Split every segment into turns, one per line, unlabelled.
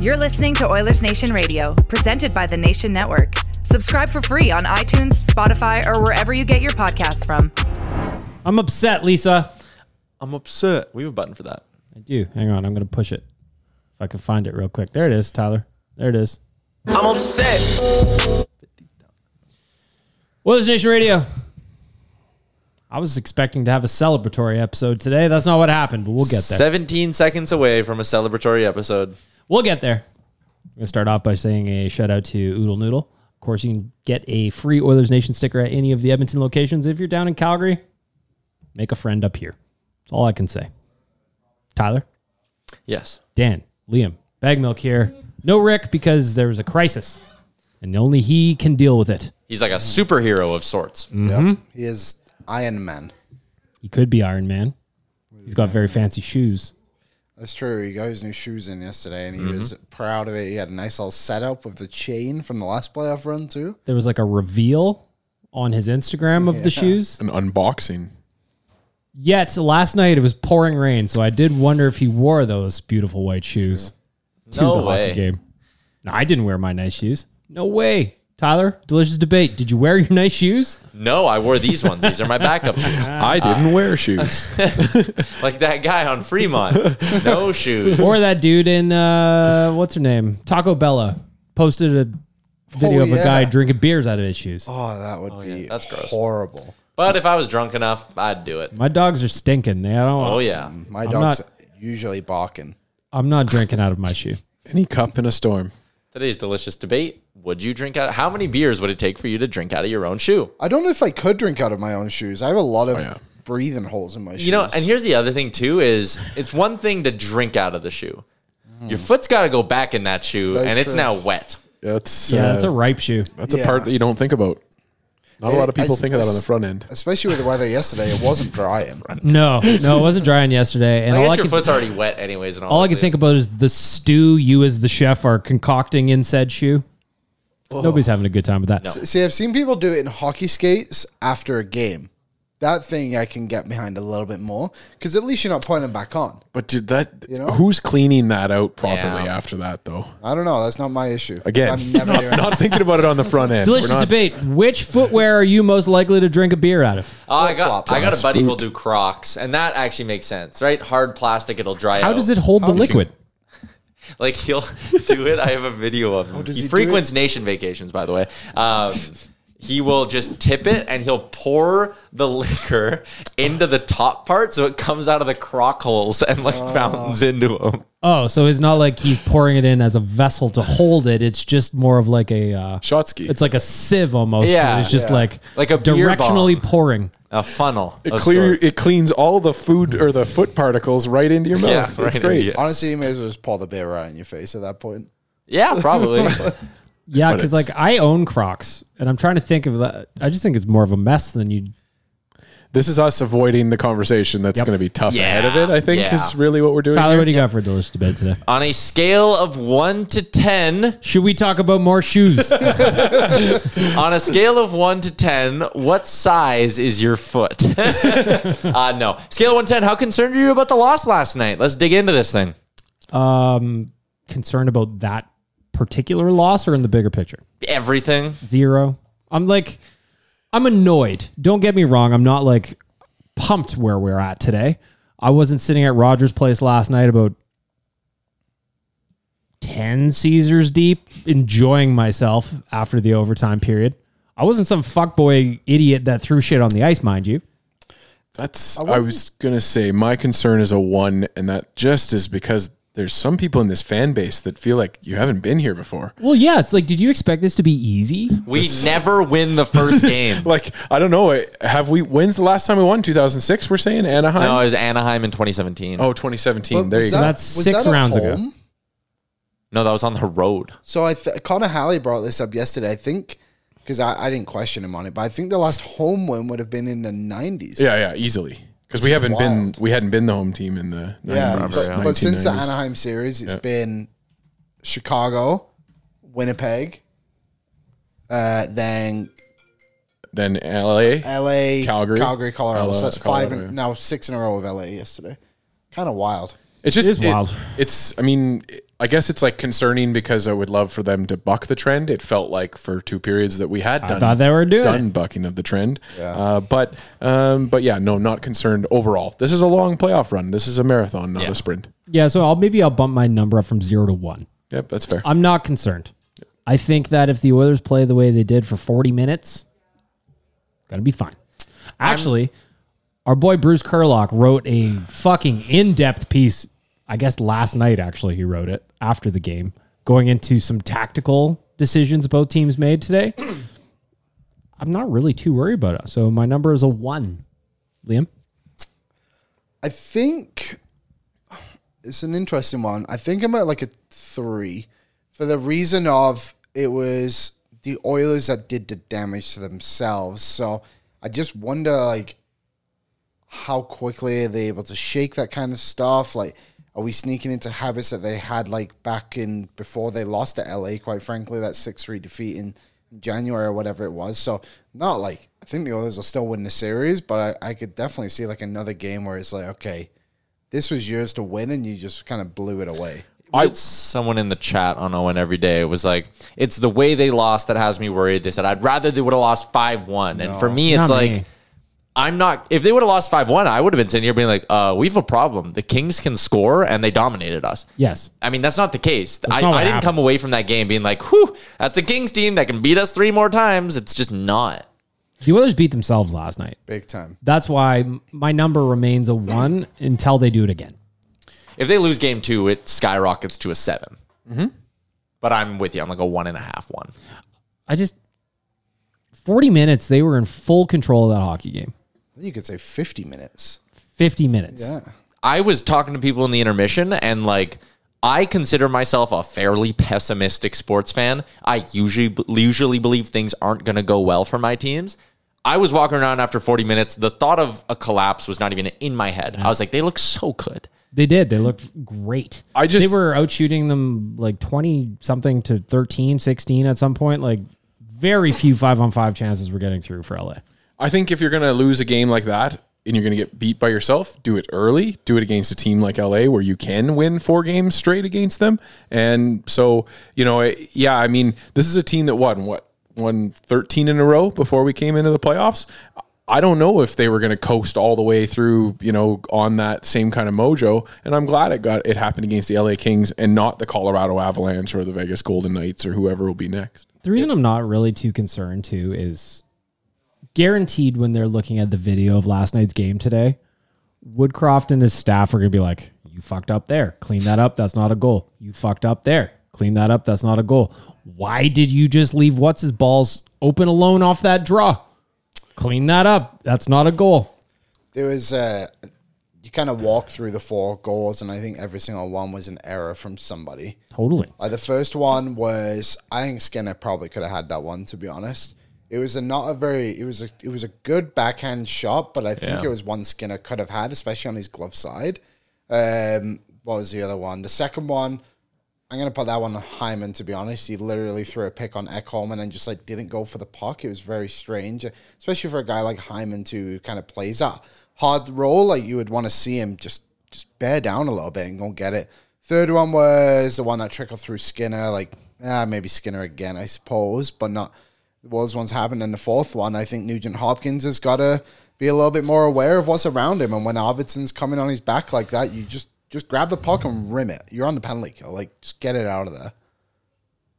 You're listening to Oilers Nation Radio, presented by the Nation Network. Subscribe for free on iTunes, Spotify, or wherever you get your podcasts from.
I'm upset, Lisa.
I'm upset. We have a button for that.
I do. Hang on. I'm going to push it. If I can find it real quick. There it is, Tyler. There it is.
I'm upset.
Oilers Nation Radio. I was expecting to have a celebratory episode today. That's not what happened, but we'll get there.
17 seconds away from a celebratory episode.
We'll get there. I'm going to start off by saying a shout out to Oodle Noodle. Of course, you can get a free Oilers Nation sticker at any of the Edmonton locations. If you're down in Calgary, make a friend up here. That's all I can say. Tyler,
Yes.
Dan, Liam, Bag Milk here. No Rick because there was a crisis, and only he can deal with it.
He's like a superhero of sorts.
Yep. He is Iron Man.
He could be Iron Man. He's got very fancy shoes.
That's true. He got his new shoes in yesterday, and he
Mm-hmm.
was proud of it. He had a nice little setup with the chain from the last playoff run too.
There was like a reveal on his Instagram of the shoes.
an unboxing.
Yet last night it was pouring rain, so I did wonder if he wore those beautiful white shoes to
No
the
way.
hockey game. No, I didn't wear my nice shoes. No way. Tyler, delicious debate. Did you wear your nice shoes?
No, I wore these ones. These are my backup shoes.
I didn't wear shoes.
Like that guy on Fremont. No shoes.
Or that dude in uh what's her name? Taco Bella posted a video
Oh,
of a
yeah.
guy drinking beers out of his shoes.
Oh, that would be
that's gross.
horrible.
But if I was drunk enough, I'd do it.
My dogs are stinking. They I don't
Oh, yeah.
My
I'm
dog's
not-
usually barking.
I'm not drinking out of my shoe.
Any cup in a storm.
Today's delicious debate. Would you drink out? How many beers would it take for you to drink out of your own shoe?
I don't know if I could drink out of my own shoes. I have a lot of breathing holes in my shoes.
Oh, You know, and here's the other thing too is it's one thing to drink out of the shoe. Your foot's got to go back in that shoe
That's
and it's
true.
now wet.
That's
Yeah,
uh,
that's a ripe shoe.
that's a
Yeah.
part that you don't think about. Not a
It-
lot of people
I-
think of that
I-
on the front end.
especially with the weather yesterday, it wasn't drying.
No, no, it wasn't drying yesterday. And
I
all
guess
I
your
could,
foot's already wet anyways. And all,
all I
that.
can think about is the stew you as the chef are concocting in said shoe. Nobody's having a good time with that.
See, I've seen people do it in hockey skates after a game. That thing I can get behind a little bit more because at least you're not putting them back on.
But did that
You know?
who's cleaning that out properly
Yeah.
after that though?
I don't know. That's not my issue.
Again,
I'm never doing it.
Not thinking about it on the front end. We're
Delicious
not-
debate. Which footwear are you most likely to drink a beer out of?
Oh, I got
flip-flops
I
on
got
a
a buddy who'll do Crocs, and that actually makes sense, right? Hard plastic, it'll dry out.
How does it hold the liquid?
Like he'll do it. I have a video of him.
does
He,
he do
frequents nation vacations, by the way. Um,
he will just tip it and he'll pour the liquor into the top part so it comes out of the crock holes and like fountains into him.
Oh, so it's not like he's pouring it in as a vessel to hold it. It's just more of like a uh,
Shot ski.
It's like a sieve almost.
Yeah.
it's just
Yeah.
like
Like a beer
directionally
bong.
pouring.
A funnel.
it
of
clear.
sorts.
It cleans all the food or the foot particles right into your mouth.
Yeah,
it's
right into
great.
you.
Honestly, you may as well just pour the beer right in your face at that point.
yeah, probably.
Yeah,
But
because
it's-
like I own Crocs, and I'm trying to think of that. I just think it's more of a mess than you.
This is us avoiding the conversation that's
Yep.
going to be tough
Yeah,
ahead of it. I think
yeah.
is really what we're doing.
Tyler,
here.
what do you got for a delicious debate today?
On a scale of one to ten,
Should we talk about more shoes?
on a scale of one to ten, what size is your foot? uh, no. Scale of one to ten, how concerned are you about the loss last night? Let's dig into this thing.
um, concerned about that particular loss or in the bigger picture?
Everything.
Zero. I'm like, I'm annoyed. Don't get me wrong. I'm not like pumped where we're at today. I wasn't sitting at Rogers Place last night about 10 Caesars deep, enjoying myself after the overtime period. I wasn't some fuckboy idiot that threw shit on the ice, mind you.
That's. I was going to say my concern is a one, and that just is because there's some people in this fan base that feel like you haven't been here before.
Well, yeah, it's like, did you expect this to be easy?
We never win the first game.
Like I don't know. eh, Have we? When's the last time we won? 2006. We're saying Anaheim.
no, it was Anaheim in 2017.
oh, 2017.
But
there
was
you
that-
go.
That's
was
six
that at
rounds ago.
home?
No, that was on the road.
So I th- Connor Halley brought this up yesterday. I think because I, I didn't question him on it, but I think the last home win would have been in the nineties.
Yeah, yeah, easily. Because we haven't been,
wild.
we hadn't been the home team in the
yeah.
90s,
but, but since the
1990s.
Anaheim series, it's been Chicago, Winnipeg, uh, then
then LA,
L.A.,
Calgary.
Calgary, Colorado.
L-
so that's five
Colorado,
in,
yeah.
now six in a row with L.A. yesterday. Kind of wild.
it's just
It is wild.
It's, I mean, I guess it's like concerning because I would love for them to buck the trend. It felt like for two periods that we had done,
thought they were doing
done bucking of the trend. Uh, but, um, but yeah, no, not concerned overall. This is a long playoff run. This is a marathon, not a sprint.
Yeah, so I'll maybe I'll bump my number up from zero to one.
Yep, that's fair.
I'm not concerned. I think that if the Oilers play the way they did for 40 minutes, gonna be fine. Actually, our boy Bruce Kerlock wrote a fucking in-depth piece. I guess last night, actually, he wrote it after the game, going into some tactical decisions both teams made today. I'm not really too worried about it. So my number is a one. Liam,
I think it's an interesting one. I think I'm at like a three for the reason of it was the Oilers that did the damage to themselves. So I just wonder like how quickly are they able to shake that kind of stuff? Like are we sneaking into habits that they had like back in before they lost to LA, quite frankly, that six three defeat in January or whatever it was. So not like I think the Oilers will still win the series, but I, I could definitely see like another game where it's like, okay, this was yours to win and you just kind of blew it away.
it's someone in the chat on Owen every day was like, "It's the way they lost that has me worried." They said, "I'd rather they would have lost five one." And for me, it's
Not
like
me.
I'm not. If they would have lost five one, I would have been sitting here being like, "Uh, we have a problem. The Kings can score, and they dominated us."
yes,
I mean, that's not the case. I,
not what
I didn't
happened.
come away from that game being like, "Whew, that's a Kings team that can beat us three more times." It's just not.
the Oilers beat themselves last night.
Big time.
That's why my number remains a one until they do it again.
If they lose game two, it skyrockets to a 7 But I'm with you. I'm like a one and a half one.
I just 40 minutes they were in full control of that hockey game.
You could say 50 minutes.
50 minutes.
I was talking to people in the intermission and like I consider myself a fairly pessimistic sports fan. I usually usually believe things aren't going to go well for my teams. I was walking around after 40 minutes. The thought of a collapse was not even in my head. I was like, they look so good.
They did. They looked great.
I just-
they were out shooting them like 20 something to 13, 16 at some point. Like very few 5 on 5 chances were getting through for LA.
I think if you're going to lose a game like that and you're going to get beat by yourself, do it early. Do it against a team like LA where you can win four games straight against them. And so, you know, I- yeah, I mean, this is a team that won what? Won 13 in a row before we came into the playoffs. I don't know if they were going to coast all the way through, you know, on that same kind of mojo. And I'm glad it got it happened against the LA Kings and not the Colorado Avalanche or the Vegas Golden Knights or whoever will be next.
The reason I'm not really too concerned too is guaranteed when they're looking at the video of last night's game today, Woodcroft and his staff are gonna be like, "You fucked up there. Clean that up. That's not a goal. You fucked up there. Clean that up. That's not a goal. Why did you just leave what's his balls open alone off that draw? Clean that up. That's not a goal.
There was uh, you kind of walk through the four goals, and I think every single one was an error from somebody.
Totally.
Like Uh, the first one was, I think Skinner probably could have had that one. To be honest, it was a not a very, it was a, it was a good backhand shot, but I think it was one Skinner could have had, especially on his glove side. Um, what was the other one? The second one, I'm gonna put that one on Hyman. To be honest, he literally threw a pick on Ekholm and then just like didn't go for the puck. It was very strange, especially for a guy like Hyman to kind of plays that hard role. Like you would want to see him just just bear down a little bit and go and get it. Third one was the one that trickled through Skinner. Like ah, maybe Skinner again, I suppose, but not. Those ones happened in the fourth one. I think Nugent Hopkins has got to be a little bit more aware of what's around him. And when Arvidsson's coming on his back like that, you just just grab the puck and rim it. You're on the penalty kill. Like, just get it out of there.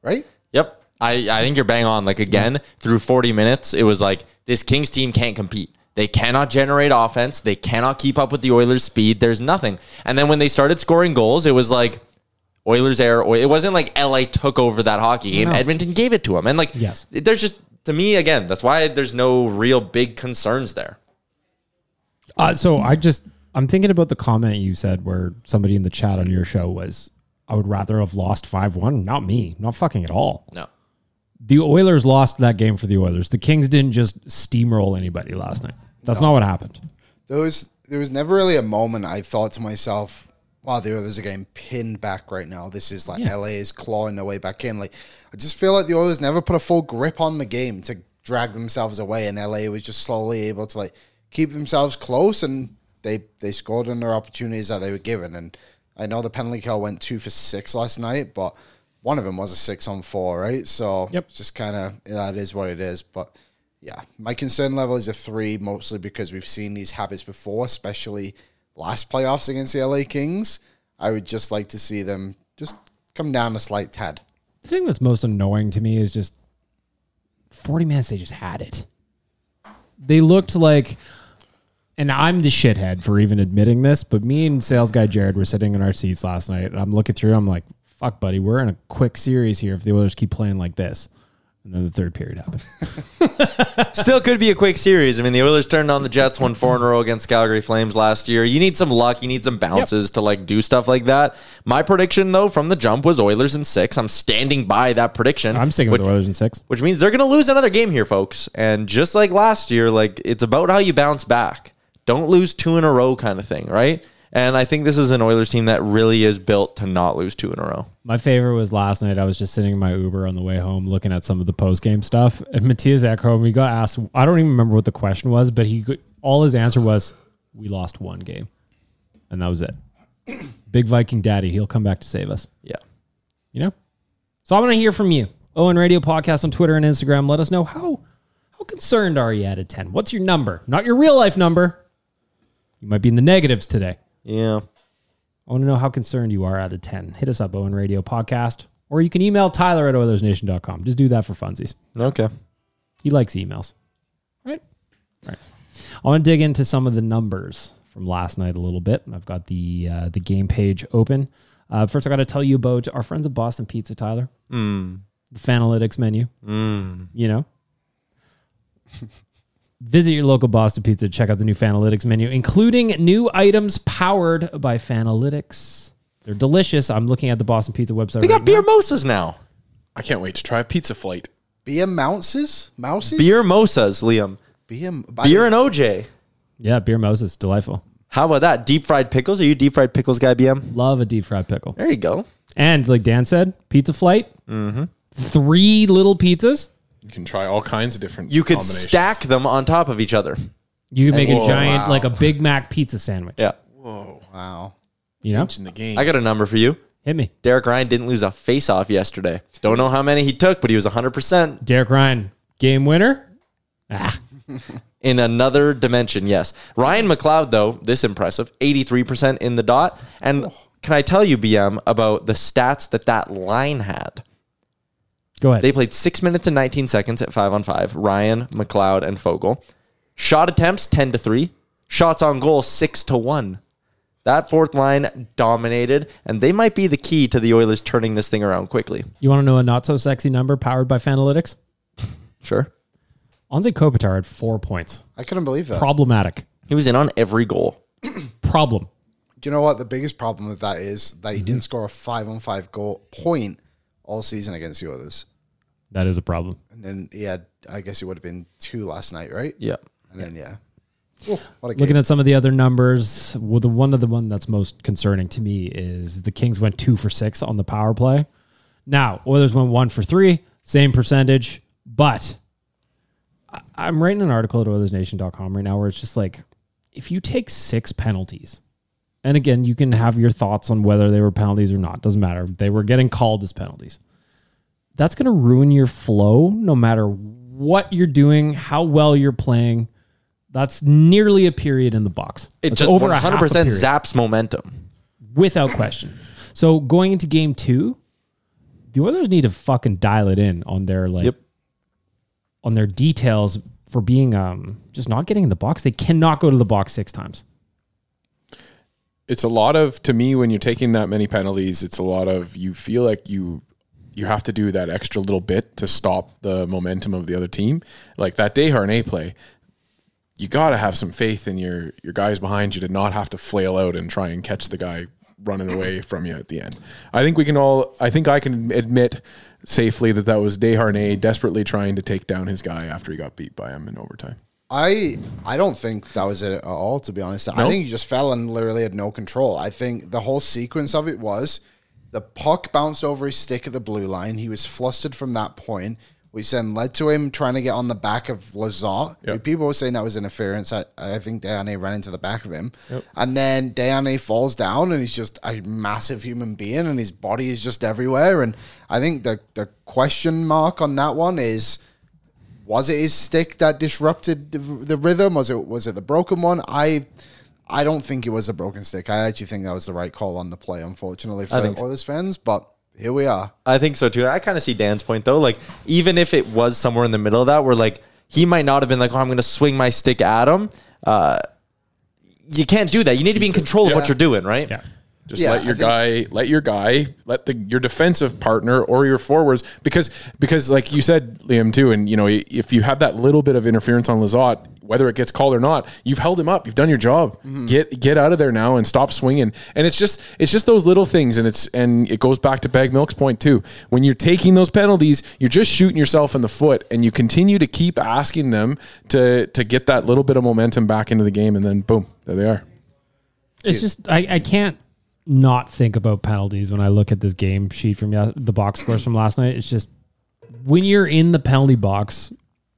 Right?
Yep. I, I think you're bang on. Like, again, through 40 minutes, it was like this Kings team can't compete. They cannot generate offense. They cannot keep up with the Oilers' speed. There's nothing. And then when they started scoring goals, it was like Oilers' error. Oil- It wasn't like LA took over that hockey game.
No.
Edmonton gave it to them. And, like,
Yes.
there's just, to me, again, that's why there's no real big concerns there.
Uh, so I just I'm thinking about the comment you said where somebody in the chat on your show was, I would rather have lost five one. Not me, not fucking at all.
No.
The Oilers lost that game for the Oilers. The Kings didn't just steamroll anybody last night. That's not what happened.
There was there was never really a moment I thought to myself, "Wow, the Oilers are getting pinned back right now. This is like LA is clawing their way back in." Like, I just feel like the Oilers never put a full grip on the game to drag themselves away, and LA was just slowly able to like keep themselves close, and they they scored on their opportunities that they were given. And I know the penalty kill went two for six last night, but one of them was a six on four, right? So
Yep.
it's just kind of that is what it is, but. Yeah, my concern level is a three, mostly because we've seen these habits before, especially last playoffs against the LA Kings. I would just like to see them just come down a slight tad.
The thing that's most annoying to me is just 40 minutes, they just had it. They looked like, and I'm the shithead for even admitting this, but me and sales guy Jared were sitting in our seats last night, and I'm looking through, I'm like, fuck, buddy, we're in a quick series here if the Oilers keep playing like this. And then the third period happened.
Still could be a quick series. I mean, the Oilers turned on the Jets, won four in a row against Calgary Flames last year. You need some luck. You need some bounces to like do stuff like that. My prediction though from the jump was Oilers in six. I'm standing by that prediction.
I'm sticking
which,
with the Oilers in six.
which means they're going to lose another game here, folks. And just like last year, like it's about how you bounce back. Don't lose two in a row, kind of thing, right? And I think this is an Oilers team that really is built to not lose two in a row.
My favorite was last night. I was just sitting in my Uber on the way home looking at some of the post game stuff. And Matthias Ekholm, we got asked, I don't even remember what the question was, but he could- all his answer was, We lost one game. And that was it. Big Viking daddy, he'll come back to save us.
Yeah.
You know? So I'm going to hear from you. Owen Radio Podcast on Twitter and Instagram. Let us know how how concerned are you out of 10? What's your number? Not your real life number. You might be in the negatives today.
Yeah.
I want to know how concerned you are out of 10. Hit us up, Owen Radio Podcast, or you can email Tyler at OilersNation.com. Just do that for funsies.
Okay.
He likes emails. Right? Right. I want to dig into some of the numbers from last night a little bit. I've got the uh, the game page open. Uh, first, I got to tell you about our friends at Boston Pizza, Tyler.
Mm.
The Fanalytics menu. You know? Visit your local Boston Pizza to check out the new Fanalytics menu, including new items powered by Fanalytics. They're delicious. I'm looking at the Boston Pizza website.
They
right
got beer mosas now.
I can't wait to try a pizza flight.
Beer mouses, mouses,
Beer mosas, Liam.
beer,
Beer and OJ.
now. Yeah, beer Moses. Delightful.
How about that? Deep fried pickles? Are you a deep fried pickles guy, BM?
Love a deep fried pickle.
There you go.
And like Dan said, pizza flight, three little pizzas.
You can try all kinds of different.
You could
combinations.
stack them on top of each other.
You can make a
Whoa.
giant,
Wow.
like a Big Mac pizza sandwich.
Yeah.
Whoa!
Wow,
You know,
Changing the game.
I got a number for you.
hit me.
Derek Ryan didn't lose a face off yesterday. Don't know how many he took, but he was 100%.
Derek Ryan, game winner. Ah,
in another dimension. Yes, Ryan McLeod though this impressive, eighty three percent in the dot. And can I tell you, BM, about the stats that that line had?
Go ahead.
They played six minutes and 19 seconds at five on five. Ryan, McLeod, and Fogle. Shot attempts 10 to three. Shots on goal six to one. That fourth line dominated, and they might be the key to the Oilers turning this thing around quickly.
you want to know a not so sexy number powered by Fanalytics?
Sure.
Anze Kopitar had four points.
I couldn't believe that.
Problematic.
He was in on every goal.
Problem.
Do you know what the biggest problem with that is? That he didn't score a five on five goal point all season against the others.
That is a problem.
And then he had, I guess it would have been two last night, right?
Yeah.
And then, yeah. Oh, what a game.
Looking at some of the other numbers, well, the one of the one that's most concerning to me is the Kings went two for six on the power play. Now Oilers went one for three, same percentage, but I- I'm writing an article at OilersNation.com right now where it's just like, if you take six penalties, and again, you can have your thoughts on whether they were penalties or not. Doesn't matter. They were getting called as penalties. That's going to ruin your flow, no matter what you're doing, how well you're playing. That's nearly a period in the box.
It
That's
just
over a half a
100%
period
zaps momentum.
without question. So going into game two, the Oilers need to fucking dial it in on their like
Yep.
on their details for being um just not getting in the box. They cannot go to the box six times.
it's a lot of to me when you're taking that many penalties it's a lot of you feel like you you have to do that extra little bit to stop the momentum of the other team like that day Harnay play you got to have some faith in your your guys behind you to not have to flail out and try and catch the guy running away from you at the end i think we can all i think i can admit safely that that was Deharnay desperately trying to take down his guy after he got beat by him in overtime
I I don't think that was it at all. To be honest, I think he just fell and literally had no control. I think the whole sequence of it was the puck bounced over his stick at the blue line. He was flustered from that point, which then led to him trying to get on the back of Lazar. who People were saying that was interference. I, I think Dayane ran into the back of him, and then Dayane falls down, and he's just a massive human being, and his body is just everywhere. And I think the the question mark on that one is was it his stick that disrupted the, the rhythm? Was it was it the broken one? I I don't think it was the broken stick. I actually think that was the right call on the play, unfortunately for
think so.
Oilers fans. But here we are.
I think so too. I kind of see Dan's point though. Like, even if it was somewhere in the middle of that, where like he might not have been like, "Oh, I'm going to swing my stick at him." Uh, you can't do that. You need to be in control of what you're doing, right? Yeah.
Just
Yeah,
let
I
your
think-
guy, let your guy, let the your defensive partner or your forwards, because because like you said, Liam too, and you know if you have that little bit of interference on Lazat, whether it gets called or not, you've held him up, you've done your job.
Mm-hmm.
Get get out of there now and stop swinging. And it's just it's just those little things, and it's and it goes back to Bag Milk's point too. When you're taking those penalties, you're just shooting yourself in the foot, and you continue to keep asking them to to get that little bit of momentum back into the game, and then boom, there they are.
It's just I, I can't not think about penalties when I look at this game sheet from yes- the box scores from last night. It's just when you're in the penalty box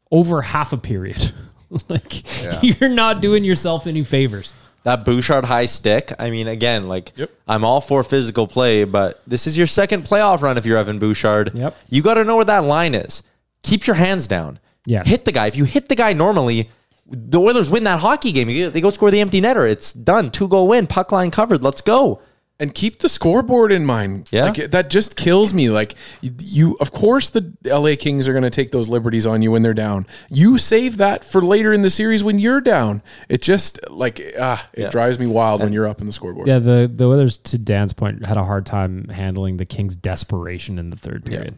over half a period, like you're not doing yourself any favors.
That Bouchard high stick. I mean, again, like
Yep.
I'm all for physical play, but this is your second playoff run if you're Evan Bouchard.
Yep.
You got to know where that line is. Keep your hands down.
Yes.
Hit the guy. If you hit the guy normally, the Oilers win that hockey game. You- They go score the empty netter. It's done. Two goal win. Puck line covered. Let's go.
and keep the scoreboard in mind.
Yeah.
like, that just kills me. Like you, of course, the LA Kings are going to take those liberties on you when they're down. You save that for later in the series when you're down. It just like ah, it drives me wild when you're up in the scoreboard.
Yeah, the the Oilers, to Dan's point, had a hard time handling the Kings' desperation in the third period.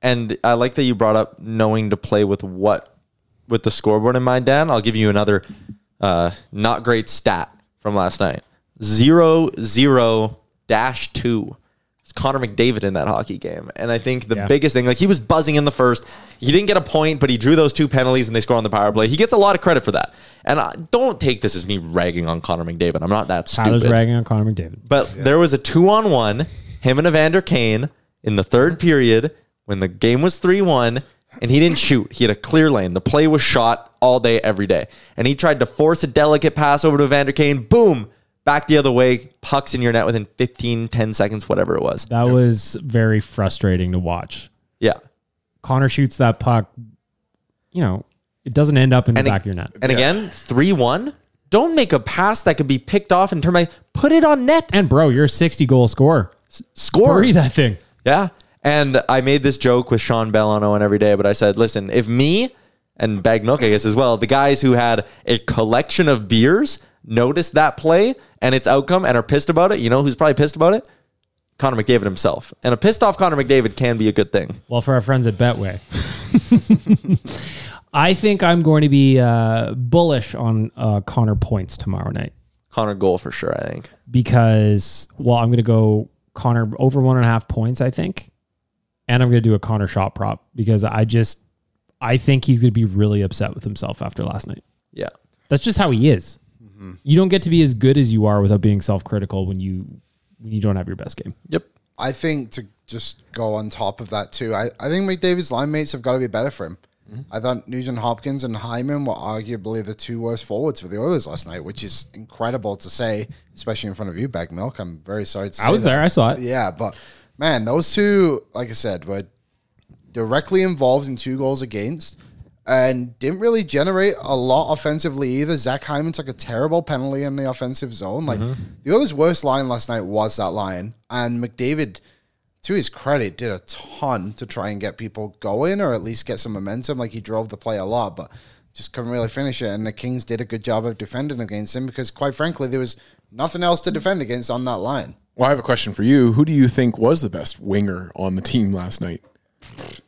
and I like that you brought up knowing to play with what with the scoreboard in mind, Dan. I'll give you another uh, not great stat from last night. Zero zero dash two. It's Connor McDavid in that hockey game. And I think the
Yeah.
biggest thing, like he was buzzing in the first. He didn't get a point, but he drew those two penalties and they score on the power play. He gets a lot of credit for that. And I, don't take this as me ragging on Connor McDavid. I'm not that stupid.
Tyler's ragging on Connor McDavid.
But there was a two on one, him and Evander Kane in the third period when the game was 3 1, and he didn't shoot. He had a clear lane. The play was shot all day, every day. And he tried to force a delicate pass over to Evander Kane. Boom, back the other way, pucks in your net within 15, 10 seconds, whatever it was.
That was very frustrating to watch.
Yeah.
Connor shoots that puck. You know, It doesn't end up in the
And a-
back of your net.
And again, 3 1. Don't make a pass that could be picked off and turned by. Put it on net.
And bro, you're a 60 goal scorer.
Score.
Bury that thing.
Yeah. And I made this joke with Sean Bell on Owen every day, but I said, listen, if me and Bagnuk, I guess as well, the guys who had a collection of beers noticed that play and its outcome and are pissed about it, you know who's probably pissed about it? Connor McDavid himself. And a pissed off Connor McDavid can be a good thing.
Well, for our friends at Betway, I think I'm going to be uh, bullish on uh, Connor points tomorrow night
Connor goal for sure, I think.
because, well, I'm going to go Connor over one and a half points, I think. And I'm going to do a Connor shot prop because I just, I think he's going to be really upset with himself after last night.
Yeah.
That's just how he is.
Mm-hmm.
You don't get to be as good as you are without being self-critical when you when you don't have your best game.
Yep.
I think to just go on top of that too, I, I think McDavid's line mates have got to be better for him.
Mm-hmm.
I thought Nugent Hopkins and Hyman were arguably the two worst forwards for the Oilers last night, which is incredible to say, especially in front of you, Bag Milk. I'm very sorry to say
I was
that.
there. I saw it.
Yeah, but man, those two, like I said, were directly involved in two goals against and didn't really generate a lot offensively either. Zach Hyman took a terrible penalty in the offensive zone. Like the other's worst line last night was that line. And McDavid, to his credit, did a ton to try and get people going or at least get some momentum. Like he drove the play a lot, but just couldn't really finish it. And the Kings did a good job of defending against him because quite frankly, there was nothing else to defend against on that line.
Well, I have a question for you. Who do you think was the best winger on the team last night?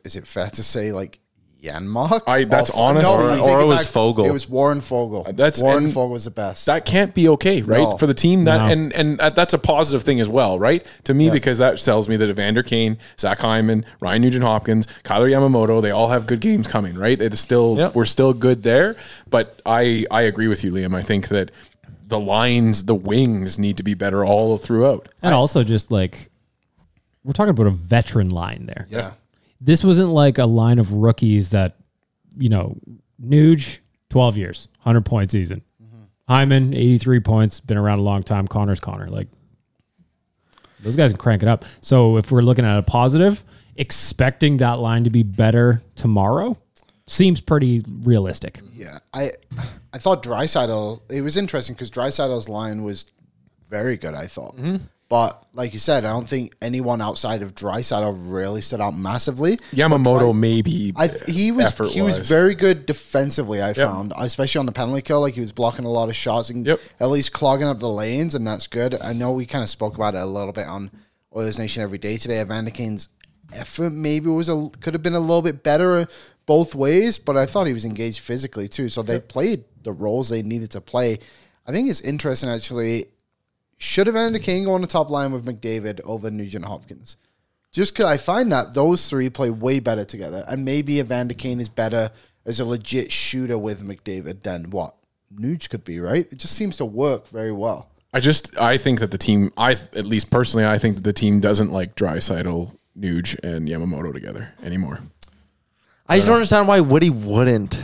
is it fair to say like Yanmark?
I- that's
f-
honest.
we
Or-
take
or it was
back.
Fogel.
It was Warren Fogel.
Uh, That's-
Warren
and-
Fogel was the best.
That can't be okay, right?
No.
For the team that
No.
and and that, that's a positive thing as well, right? To me because that tells me that Evander Kane, Zach Hyman, Ryan Nugent-Hopkins, Kyler Yamamoto, they all have good games coming, right? It's still
Yep.
we're still good there, but I I agree with you, Liam. I think that the lines, the wings need to be better all throughout.
And also just like we're talking about a veteran line there.
yeah.
This wasn't like a line of rookies that, you know, Nuge, 12 years, 100 point season. Hyman, 83 points, been around a long time. Connor's Connor. Like those guys can crank it up. So if we're looking at a positive, expecting that line to be better tomorrow seems pretty realistic.
Yeah. I I thought Drysidle it was interesting because Drysidle's line was very good, I thought.
Mm-hmm.
But like you said, I don't think anyone outside of Drysidle really stood out massively.
Yamamoto maybe
I he was he was
effort-wise.
very good defensively. I found, especially on the penalty kill, like he was blocking a lot of shots and
Yep.
at least clogging up the lanes, and that's good. I know we kind of spoke about it a little bit on Oilers Nation every day today. Evander Kane's effort maybe was a could have been a little bit better both ways, but I thought he was engaged physically too. So they played the roles they needed to play. I think it's interesting actually. Should Evander Kane go on the top line with McDavid over Nugent Hopkins? just because I find that those three play way better together, and maybe Evander Kane is better as a legit shooter with McDavid than what Nuge could be, right? It just seems to work very well.
I just I think that the team I at least personally I think that the team doesn't like Drysidle, Nuge, and Yamamoto together anymore.
I just don't understand why Woody wouldn't.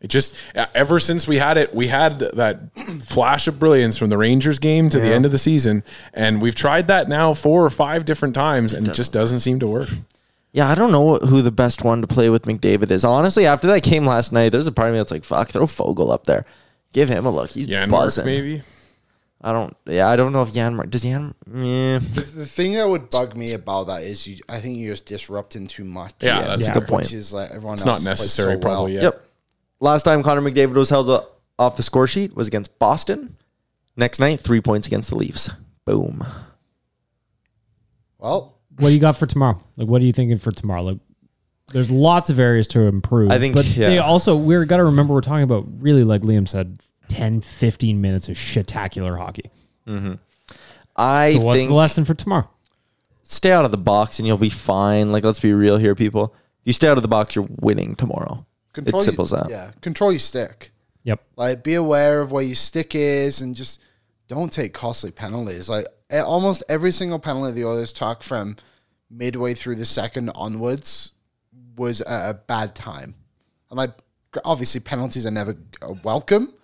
It just uh, ever since we had it, we had that flash of brilliance from the Rangers game to the end of the season, and we've tried that now four or five different times, and it just doesn't seem to work.
Yeah, I don't know who the best one to play with McDavid is. Honestly, after that game last night, there's a part of me that's like, fuck, throw Fogel up there. Give him a look. He's
Yeah,
buzzing.
maybe.
I don't. Yeah, I don't know if Yanmark does Yan. Yeah,
The thing that would bug me about that is you, I think you're just disrupting too much.
Yeah, that's
that's
fair.
a good point.
Which is like everyone
It's
else
not
plays
necessary,
so well.
probably. Yet.
Yep. Last time Connor McDavid was held off the score sheet was against Boston. Next night, three points against the Leafs. Boom.
Well,
What do you got for tomorrow? Like, what are you thinking for tomorrow? Like, there's lots of areas to improve.
I think,
but they
yeah.
also we're got to remember we're talking about really, like Liam said, 10, 15 minutes of shitacular hockey.
I
So what's
think
the lesson for tomorrow?
stay out of the box and you'll be fine. Like, let's be real here, people. If you stay out of the box, you're winning tomorrow.
control
it's simple as
your,
that.
Yeah, control your stick.
Yep.
Like, be aware of where your stick is and just don't take costly penalties. Like, eh, almost every single penalty the Oilers took from midway through the second onwards was at a bad time. And, like, gr- obviously, penalties are never g- welcome,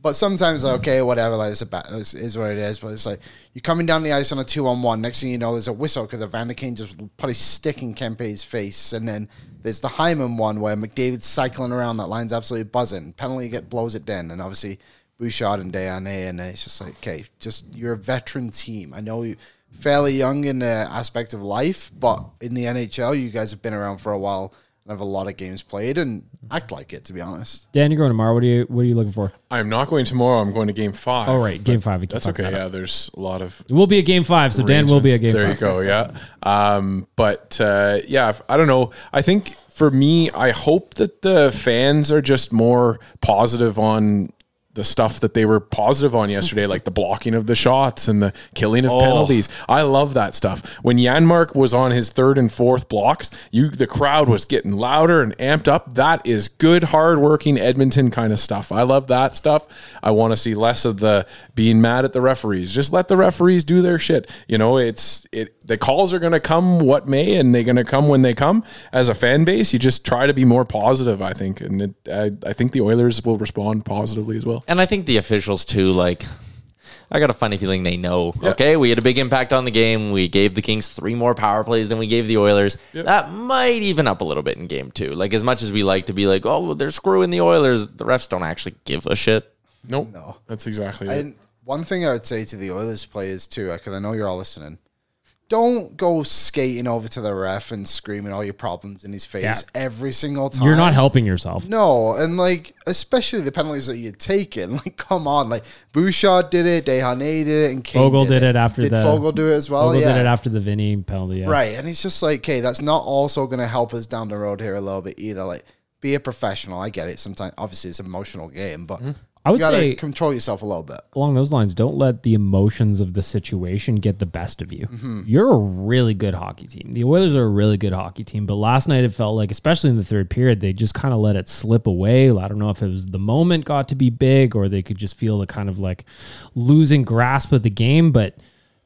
But sometimes, like, okay, whatever, like it's a bat, it's, is what it is. But it's like you're coming down the ice on a two on one. Next thing you know, there's a whistle because the Van der Kane just put a stick in Kempe's face, and then there's the Hyman one where McDavid's cycling around. That line's absolutely buzzing. Penalty get blows it then, and obviously Bouchard and Deane, and it's just like, okay, just you're a veteran team. I know you fairly young in the aspect of life, but in the NHL, you guys have been around for a while and have a lot of games played and act like it. To be honest.
Dan, you're going tomorrow. What are you What are you looking for?
I'm not going tomorrow. I'm going to game five.
All right, game
But
five. We can
That's
fuck
okay.
that up.
yeah, there's a lot of
It will be a game five, so Dan will be a game
There
five.
you go. Yeah. Um, but uh, yeah, if- I don't know. I think for me, I hope that the fans are just more positive on the stuff that they were positive on yesterday, like the blocking of the shots and the killing
Oh.
of penalties. I love that stuff. When Yanmark was on his third and fourth blocks, you the crowd was getting louder and amped up. That is good, hardworking Edmonton kind of stuff. I love that stuff. I want to see less of the being mad at the referees. Just let the referees do their shit. You know, it's it. The calls are going to come what may, and they're going to come when they come. As a fan base, you just try to be more positive. I think, and it, I, I think the Oilers will respond positively as well.
And I think the officials too, like I got a funny feeling they know. Okay, we had a big impact on the game. We gave the Kings three more power plays than we gave the Oilers. That might even up a little bit in game two. Like as much as we like to be like, oh, they're screwing the Oilers, the refs don't actually give a shit.
Nope. No, that's exactly it.
And one thing I would say to the Oilers players too, because I know you're all listening, don't go skating over to the ref and screaming all your problems in his face every single time.
You're not helping yourself.
No, and like especially the penalties that you're taking. Like, come on, like Bouchard did it, Dehanay did it, and Kane
Fogel did it after
did
the
Fogel do it as well?
Fogel
yeah,
did it after the Vinny penalty. Yeah.
Right. And it's just like, okay, that's not also going to help us down the road here a little bit either. Like, be a professional. I get it. Sometimes, obviously, it's an emotional game, but
Mm-hmm. I would
you gotta
say-
control yourself a little bit.
along those lines, don't let the emotions of the situation get the best of you. You're a really good hockey team. The Oilers are a really good hockey team, but last night it felt like, especially in the third period, they just kind of let it slip away. I don't know if it was the moment got to be big or they could just feel the kind of like losing grasp of the game, but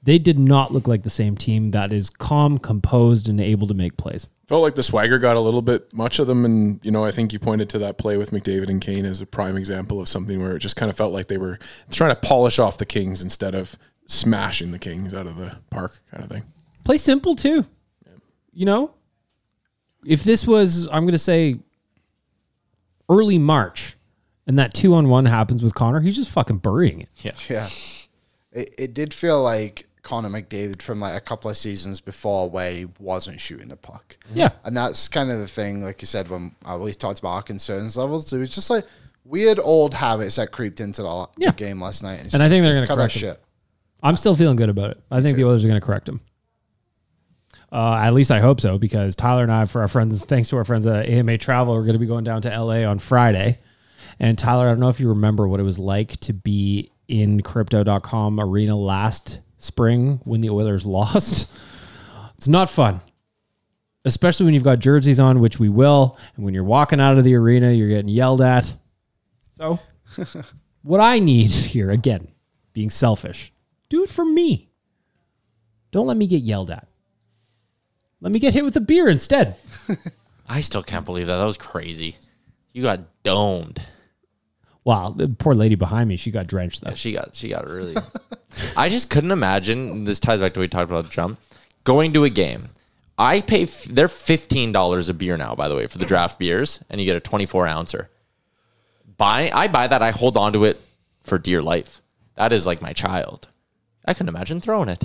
they did not look like the same team that is calm, composed, and able to make plays.
Felt like the swagger got a little bit much of them, and you know, I think you pointed to that play with McDavid and Kane as a prime example of something where it just kind of felt like they were trying to polish off the Kings instead of smashing the Kings out of the park, kind of thing.
play simple too. You know, if this was, I'm going to say, early March, and that two on one happens with Connor, he's just fucking burying it.
Yeah. It, it did feel like Connor McDavid from like a couple of seasons before where he wasn't shooting the puck.
Yeah,
And that's kind of the thing, like you said, when I always talked about our concerns levels. It was just like weird old habits that creeped into the
Yeah.
the game last night. it's
And I
just,
think they're gonna
cut that
correct 'em.
shit.
I'm still feeling good about it. I think the others are going to correct him. Uh, at least I hope so, because Tyler and I, for our friends, thanks to our friends at AMA Travel, we're going to be going down to LA on Friday. And Tyler, I don't know if you remember what it was like to be in crypto.com arena last spring when the Oilers lost. It's not fun, especially when you've got jerseys on, which we will. And when you're walking out of the arena, you're getting yelled at. So, what I need here, again, being selfish, do it for me. Don't let me get yelled at. Let me get hit with a beer instead.
I still can't believe that. That was crazy. You got domed.
Wow, the poor lady behind me, she got drenched though.
She got she got really. I just couldn't imagine. and This ties back to what we talked about the jump. Going to a game, I pay. f- They're fifteen dollars a beer now, by the way, for the draft beers, and you get a twenty-four ouncer. Buy I buy that. I hold on to it for dear life. That is like my child. I couldn't imagine throwing it.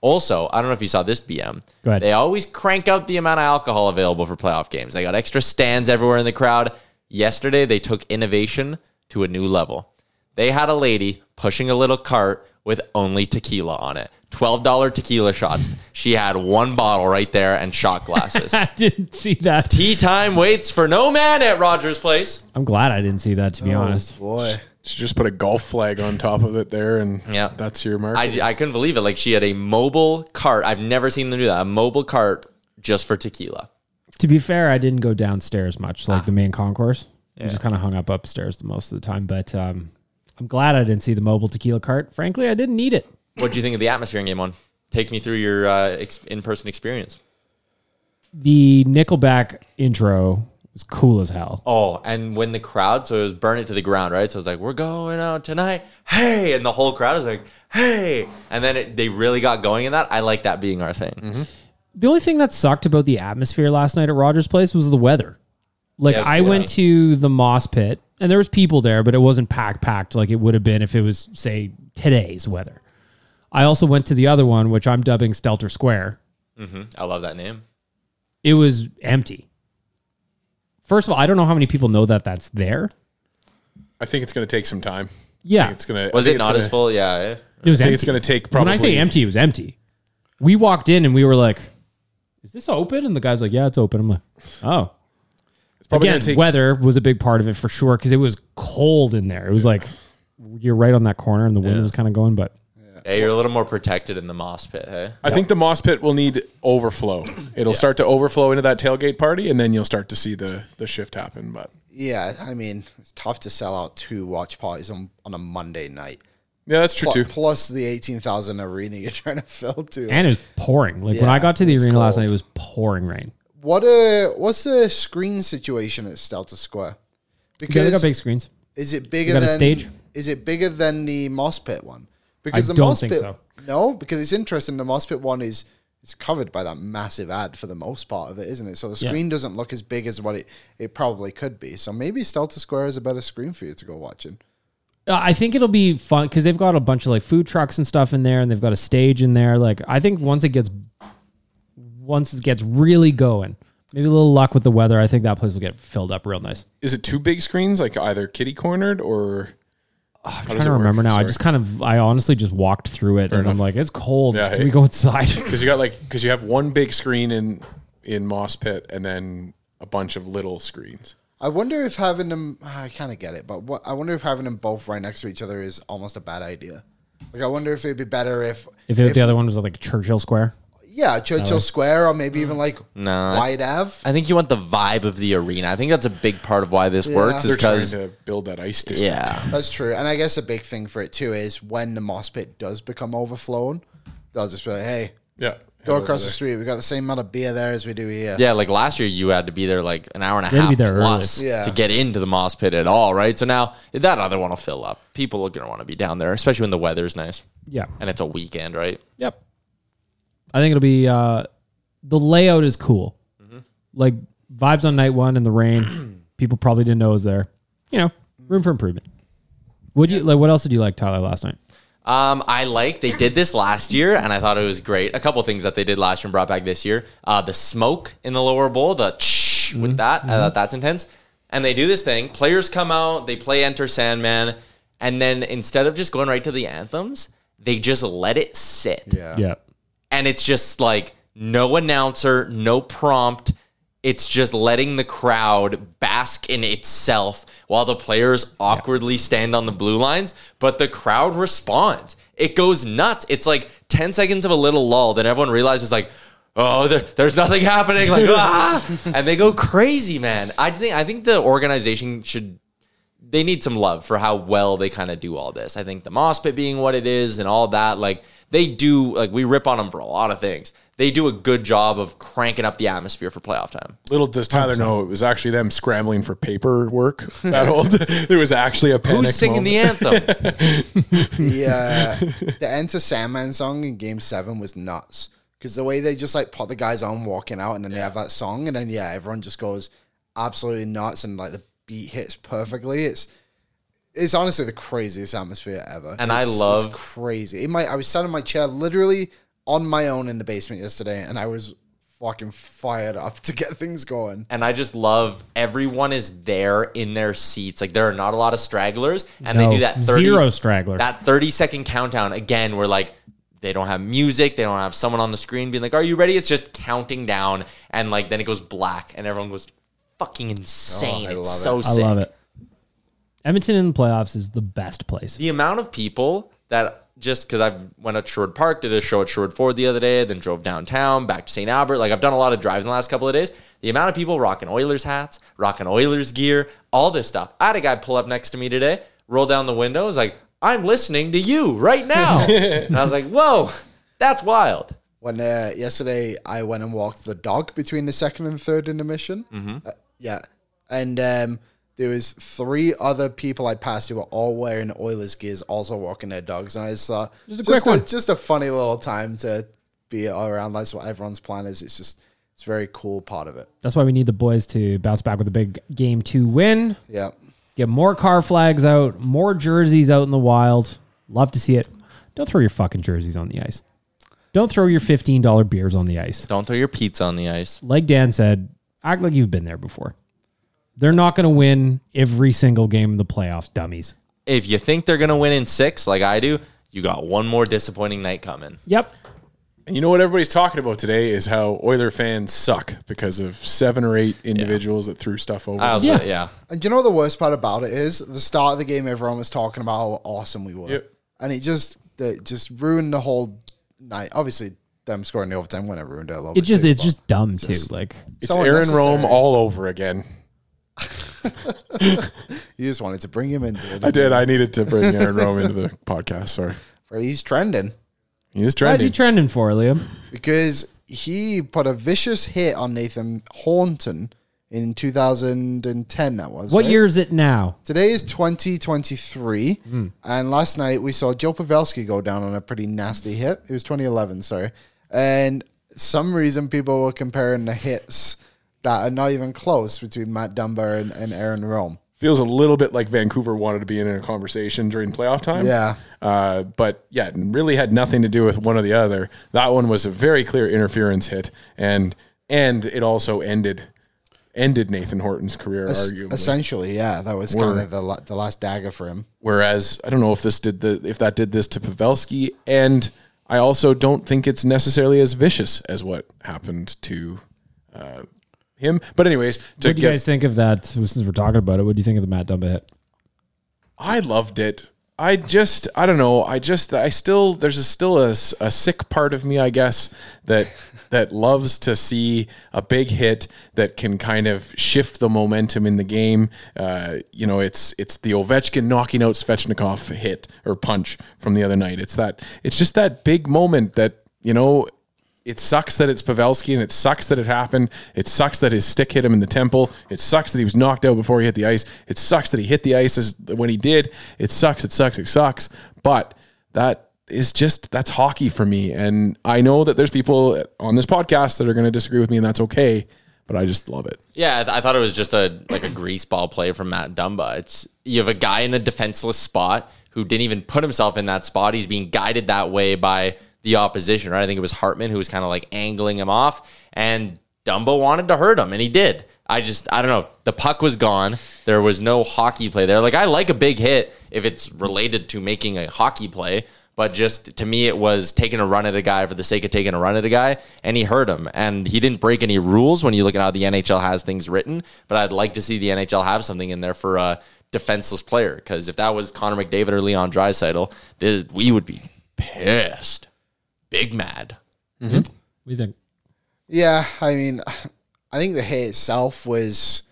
Also, I don't know if you saw this BM.
Mm. Go ahead.
They always crank up the amount of alcohol available for playoff games. They got extra stands everywhere in the crowd. Yesterday, they took innovation to a new level. They had a lady pushing a little cart with only tequila on it. $12 tequila shots. she had one bottle right there and shot glasses.
I didn't see that.
Tea time waits for no man at Rogers Place.
I'm glad I didn't see that to be honest.
Boy.
She just put a golf flag on top of it there, and
Yeah.
that's your mark.
I, I couldn't believe it. Like, she had a mobile cart. I've never seen them do that. A mobile cart just for tequila.
To be fair, I didn't go downstairs much, like the main concourse. I just kind of hung up upstairs the most of the time, but um, I'm glad I didn't see the mobile tequila cart. Frankly, I didn't need it.
What do you think of the atmosphere in game one? Take me through your uh, ex- in-person experience.
The Nickelback intro was cool as hell.
Oh, and when the crowd, so it was burn it to the ground, right? So it was like, we're going out tonight. Hey. And the whole crowd is like, hey. And then it, they really got going in that. I like that being our thing.
The only thing that sucked about the atmosphere last night at Rogers Place was the weather. Like
Yeah, it's
I
cool.
went to the moss pit and there was people there, but it wasn't packed packed like it would have been if it was say today's weather. I also went to the other one, which I'm dubbing Stelter Square.
I love that name.
It was empty. First of all, I don't know how many people know that that's there.
I think it's going to take some time. I
Yeah,
think it's going to.
Was it not as full? Yeah. eh?
it was
I think
empty.
it's going to take
when
probably.
I say empty, it was empty. We walked in and we were like, "Is this open?" And the guy's like, "Yeah, it's open." I'm like, "Oh."
It's probably
Again,
gonna take,
weather was a big part of it for sure because it was cold in there. It was like you're right on that corner and the wind was kind of going, but
Yeah, you're a little more protected in the moss pit, hey?
I think the moss pit will need overflow. It'll start to overflow into that tailgate party, and then you'll start to see the the shift happen. But
Yeah, I mean, it's tough to sell out two watch parties on, on a Monday night.
yeah, that's true
Pl-
too.
Plus the 18,000 arena you're trying to fill to.
and it was pouring. Like when
Yeah,
I got to the
it was
arena last
cold.
night, it was pouring rain.
what a, what's the screen situation at Stelter Square?
Yeah, they got
Because
big screens.
is it bigger
got a
than
stage?
Is it bigger than the moss pit one? Because
I
the
don't
moss
think
pit,
so.
no, because it's interesting. The moss pit one is it's covered by that massive ad for the most part of it, isn't it? So the
Yeah.
screen doesn't look as big as what it, it probably could be. So maybe Stelter Square is a better screen for you to go watching.
Uh, I think it'll be fun because they've got a bunch of like food trucks and stuff in there, and they've got a stage in there. Like I think once it gets, once it gets really going, maybe a little luck with the weather, I think that place will get filled up real nice.
Is it two big screens, like either kitty cornered or?
I'm
does
trying
it
to
work?
remember now. I
Sorry.
just kind of, I honestly just walked through it, and I'm like, it's cold.
Yeah,
Can
hey.
we go inside?
Because you got like because you have one big screen in in moss pit, and then a bunch of little screens.
I wonder if having them. ah, I kind of get it, but what, I wonder if having them both right next to each other is almost a bad idea. Like I wonder if it'd be better if
if, it, Oh. the other one was like Churchill Square.
yeah Churchill Square or maybe even like
No.
White Ave.
I think you want the vibe of the arena. I think that's a big part of why this works, is
They're trying
because,
to build that ice district.
yeah.
That's true. And I guess a big thing for it too is when the moss pit does become overflowing, they'll just be like, hey,
yeah.
go across the street. We got the same amount of beer there as we do here.
Yeah, like last year, you had to be there like an hour and a
had to
half
be there early.
plus
Yeah.
to get into the moss pit at all, right? So now that other one will fill up. People are going to want to be down there, especially when the weather's nice
Yeah.
and it's a weekend, right?
Yep. I think it'll be uh, the layout is cool. Like vibes on night one and the rain, people probably didn't know was there. You know, room for improvement. Would you like? What else did you like, Tyler, last night?
Um, I like they did this last year, and I thought it was great. A couple things that they did last year and brought back this year: uh, the smoke in the lower bowl, the ch with
Mm-hmm.
that. I thought that's intense. And they do this thing: players come out, they play Enter Sandman, and then instead of just going right to the anthems, they just let it sit
Yeah.
and it's just like no announcer, no prompt. It's just letting the crowd bask in itself while the players awkwardly stand on the blue lines, but the crowd responds. It goes nuts. It's like 10 seconds of a little lull, then everyone realizes like, oh, there, there's nothing happening. Like, ah! and they go crazy, man. I think I think the organization should they need some love for how well they kind of do all this. I think the moss pit being what it is and all that, like they do, like we rip on them for a lot of things. They do a good job of cranking up the atmosphere for playoff time.
Little does Tyler know, it was actually them scrambling for paperwork. That old, there was actually a panic
Who's singing
moment.
the anthem?
The, uh, the Enter Sandman song in game seven was nuts. Because the way they just like put the guys on walking out and then they have that song and then yeah, everyone just goes absolutely nuts and like the beat hits perfectly. It's it's honestly the craziest atmosphere ever.
And
It's-
I
it's
love-
crazy. It might I was sat in my chair literally on my own in the basement yesterday and I was fucking fired up to get things going.
and I just love everyone is there in their seats. Like there are not a lot of stragglers, and
No,
they do that 30,
zero stragglers.
That thirty second countdown again, where like they don't have music, they don't have someone on the screen being like, "Are you ready?" It's just counting down, and like then it goes black, and everyone goes fucking insane.
Oh, I love
it's so
I
sick.
love it. Edmonton in the playoffs is the best place.
The amount of people that just because I've went out to Sherwood Park, did a show at Sherwood Ford the other day, then drove downtown back to St. Albert. Like I've done a lot of drives in the last couple of days. The amount of people rocking Oilers hats, rocking Oilers gear, all this stuff. I had a guy pull up next to me today, roll down the window, was like, "I'm listening to you right now," and I was like, "Whoa, that's wild."
when uh, yesterday I went and walked the dog between the second and third intermission. Uh, yeah, and um, there was three other people I passed who were all wearing Oilers gears, also walking their dogs, and I just thought
Just a
just
quick one.
just a funny little time to be all around. That's what everyone's plan is. It's just it's a very cool part of it.
That's why we need the boys to bounce back with a big game to win.
Yeah.
Get more car flags out, more jerseys out in the wild. Love to see it. Don't throw your fucking jerseys on the ice. Don't throw your $15 beers on the ice.
Don't throw your pizza on the ice.
Like Dan said, act like you've been there before. They're not going to win every single game in the playoffs, dummies.
If you think they're going to win in six, like I do, you got one more disappointing night coming.
Yep.
And you know what everybody's talking about today is how Oiler fans suck because of seven or eight individuals that threw stuff over.
I was
Yeah.
like, yeah.
And do you know what the worst part about it is? The start of the game, everyone was talking about how awesome we were,
Yep.
and it just it just ruined the whole night. Obviously, them scoring the overtime went and ruined it a little
It
bit.
just
too,
it's
but
just dumb too. Like
it's
so
Aaron
unnecessary.
Rome all over again.
you just wanted to bring him into it.
I did. I needed to bring Aaron Rome into the podcast. Sorry.
He's trending
He
why
is
is
trending.
he trending for Liam?
because he put a vicious hit on Nathan Horton in 2010. That was
What
right?
year is it now?
Today is 2023,
Hmm.
and last night we saw Joe Pavelski go down on a pretty nasty hit. It was 2011, sorry. And some reason people were comparing the hits that are not even close between Matt Dunbar and, and Aaron Rome.
Feels a little bit like Vancouver wanted to be in a conversation during playoff time.
Yeah.
Uh, but yeah, it really had nothing to do with one or the other. That one was a very clear interference hit, and and it also ended ended Nathan Horton's career,
Es-
arguably.
essentially, yeah, that was
Were-
kind of the, la- the last dagger for him.
Whereas I don't know if this did the if that did this to Pavelski, and I also don't think it's necessarily as vicious as what happened to uh, him. But anyways, to
What do you guys think of that? Since we're talking about it, what do you think of the Matt Dumba hit?
I loved it. I just, I don't know. I just, I still, there's a, still a, s- a sick part of me, I guess, that that loves to see a big hit that can kind of shift the momentum in the game. Uh, you know, it's it's the Ovechkin knocking out Svechnikov hit or punch from the other night. It's that, it's just that big moment that you know it sucks that it's Pavelski and it sucks that it happened. It sucks that his stick hit him in the temple. It sucks that he was knocked out before he hit the ice. It sucks that he hit the ice as, when he did. It sucks. It sucks. It sucks. But that is just that's hockey for me. And I know that there's people on this podcast that are going to disagree with me, and that's okay. But I just love it.
Yeah, I, th- I thought it was just a like a grease ball play from Matt Dumba. It's you have a guy in a defenseless spot who didn't even put himself in that spot. He's being guided that way by the opposition, right? I think it was Hartman who was kind of like angling him off, and Dumba wanted to hurt him, and he did. I just I don't know. The puck was gone. There was no hockey play there. Like I like a big hit if it's related to making a hockey play, but just to me, it was taking a run at a guy for the sake of taking a run at a guy, and he hurt him. And he didn't break any rules when you look at how the NHL has things written. But I'd like to see the NHL have something in there for a defenseless player because if that was Connor McDavid or Leon Draisaitl, th- we would be pissed, big mad.
What do you think?
Yeah, I mean, I think the hit itself was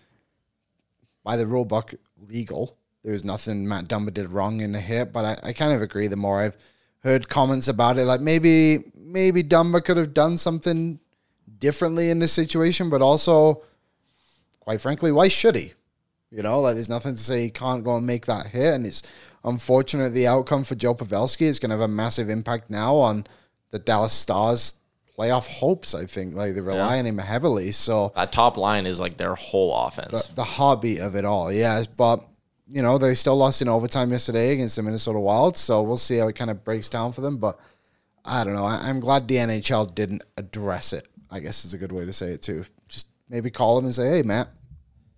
by the rule book legal. There was nothing Matt Dumba did wrong in the hit, but I, I kind of agree. The more I've heard comments about it, like maybe maybe Dumba could have done something differently in this situation, but also, quite frankly, why should he? You know, like there's nothing to say he can't go and make that hit, and it's unfortunate the outcome for Joe Pavelski is going to have a massive impact now on the Dallas Stars playoff hopes. I think like they rely on him heavily, so
That top line is like their whole offense.
the, the hobby of it all. Yes, but you know they still lost in overtime yesterday against the Minnesota Wild, so we'll see how it kind of breaks down for them. But I don't know. I, I'm glad the NHL didn't address it. I guess is a good way to say it too. Just maybe call him and say, "Hey, Matt,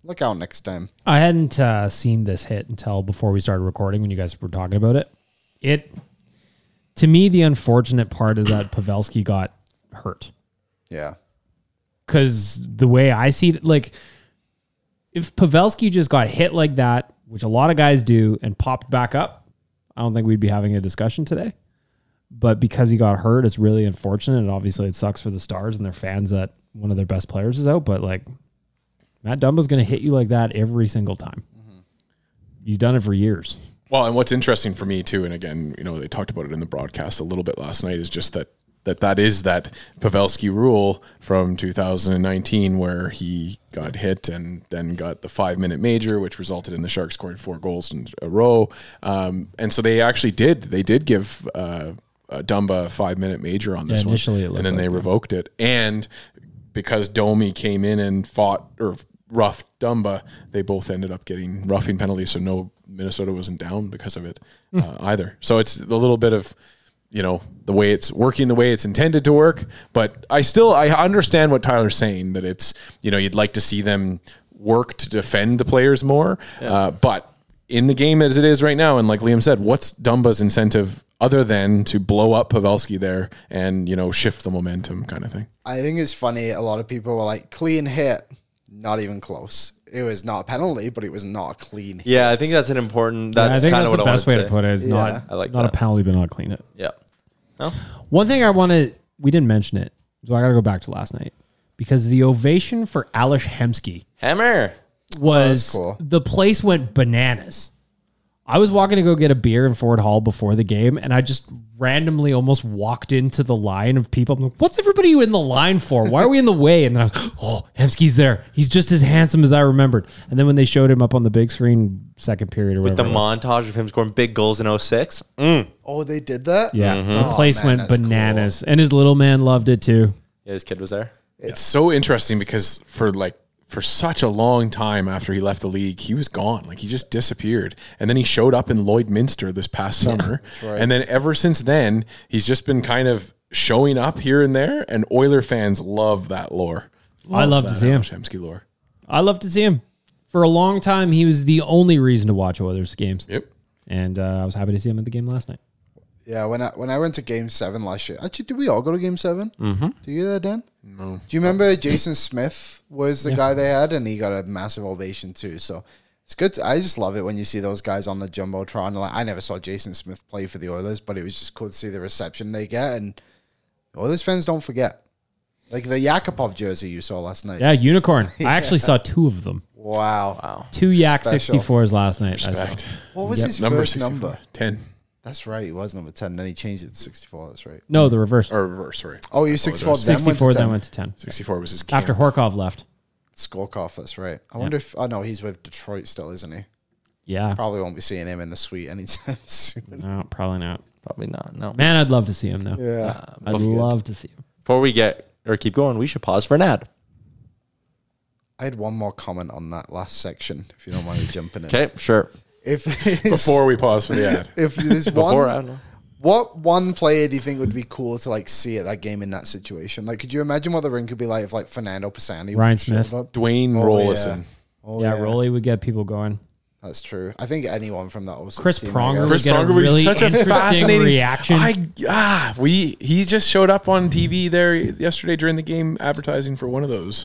look out next time."
I hadn't uh, seen this hit until before we started recording when you guys were talking about it. It to me the unfortunate part is that Pavelski got hurt
Yeah,
because the way I see it, like if Pavelski just got hit like that, which a lot of guys do, and popped back up, I don't think we'd be having a discussion today. But because he got hurt, it's really unfortunate, and obviously it sucks for the Stars and their fans that one of their best players is out. But like Matt Dumbo's going to hit you like that every single time. He's done it for years.
Well, and what's interesting for me too, and again, you know, they talked about it in the broadcast a little bit last night, is just that that that is that Pavelski rule from 2019 where he got hit and then got the five minute major, which resulted in the Sharks scoring four goals in a row. Um, and so they actually did they did give uh, uh, Dumba a five minute major on this
initially it
one,
looked
and then they revoked it. And because Domi came in and fought or roughed Dumba, they both ended up getting roughing penalties. So no Minnesota wasn't down because of it uh, either. So it's a little bit of you know the way it's working the way it's intended to work but i still i understand what tyler's saying that it's you know you'd like to see them work to defend the players more uh, but in the game as it is right now and like liam said what's dumba's incentive other than to blow up pavelski there and you know shift the momentum kind of thing
I think it's funny. A lot of people were like, clean hit, not even close. It was not a penalty, but it was not a clean hit.
Yeah, I think that's an important.
I
That's
think
kind
that's
of what
the
I
best way
wanted
to put it. Is
Yeah.
not,
I like
not
that.
a penalty, but not a clean hit.
Yeah.
One thing I want to, we didn't mention it, so I got to go back to last night because the ovation for Alish Hemsky
Hammer.
was
Oh, cool.
the place went bananas. I was walking to go get a beer in Ford Hall before the game, and I just randomly almost walked into the line of people. I'm like, "What's everybody in the line for? Why are we in the way?" And then I was, "Oh, Hemsky's there. He's just as handsome as I remembered." And then when they showed him up on the big screen, second period or whatever,
The
it was,
montage of him scoring big goals in 06.
Oh, they did that? Oh,
yeah, the place went
man, that's cool.
bananas, and his little man loved it too.
Yeah, his kid was there.
it's so interesting because for like for such a long time after he left the league, he was gone. Like he just disappeared. And then he showed up in Lloydminster this past summer. And then ever since then, he's just been kind of showing up here and there. And Oiler fans love that lore.
I love to see him.
Shemsky lore.
I love to see him. For a long time, he was the only reason to watch Oilers games.
Yep.
And uh, I was happy to see him at the game last night.
Yeah, when I when I went to Game Seven last year, actually, did we all go to Game 7 Mm-hmm. Do you there, Dan? No. Do you remember Jason Smith was the guy they had, and he got a massive ovation too. So it's good. to- I just love it when you see those guys on the jumbotron. Like I never saw Jason Smith play for the Oilers, but it was just cool to see the reception they get, and Oilers fans don't forget. Like the Yakupov jersey you saw last night.
Yeah, unicorn. I actually saw two of them.
Wow. Wow.
Two Yak
Special.
64s last night. I saw.
Fact.
What was his
Number
first
64.
number?
10.
That's right. He was number ten. Then he changed it to sixty-four. That's right.
No, the reverse.
Or reverse, sorry.
Oh, he was sixty-four. Then
64
went to
then
10.
went to 10.
64 was his
After
camp.
Horkov left.
Skorkov, that's right. I wonder if. Oh no, he's with Detroit still, isn't he?
Yeah. Probably,
Probably won't be seeing him in the suite anytime soon.
no, probably not.
Probably not. No.
Man, I'd love to see him, though.
Yeah.
I'd love to see him.
Before we get or keep going, we should pause for an ad.
I had one more comment on that last section, if you don't mind me jumping in.
Okay, sure.
If it's-
Before we pause for the ad.
if there's
Before I
one,
don't know.
what one player do you think would be cool to like see at that game in that situation? Like, could you imagine what the ring could be like if like Fernando Pisani,
Ryan Smith.
showed up?
Dwayne
Oh,
Rollison.
yeah. Oh
yeah,
yeah,
Rolly would get people going.
that's true. I think anyone from that also.
Chris Pronger would
Chris
get a
Pronger would be
really
such a
interesting
fascinating
reaction.
I ah, we he just showed up on TV there yesterday during the game advertising for one of those.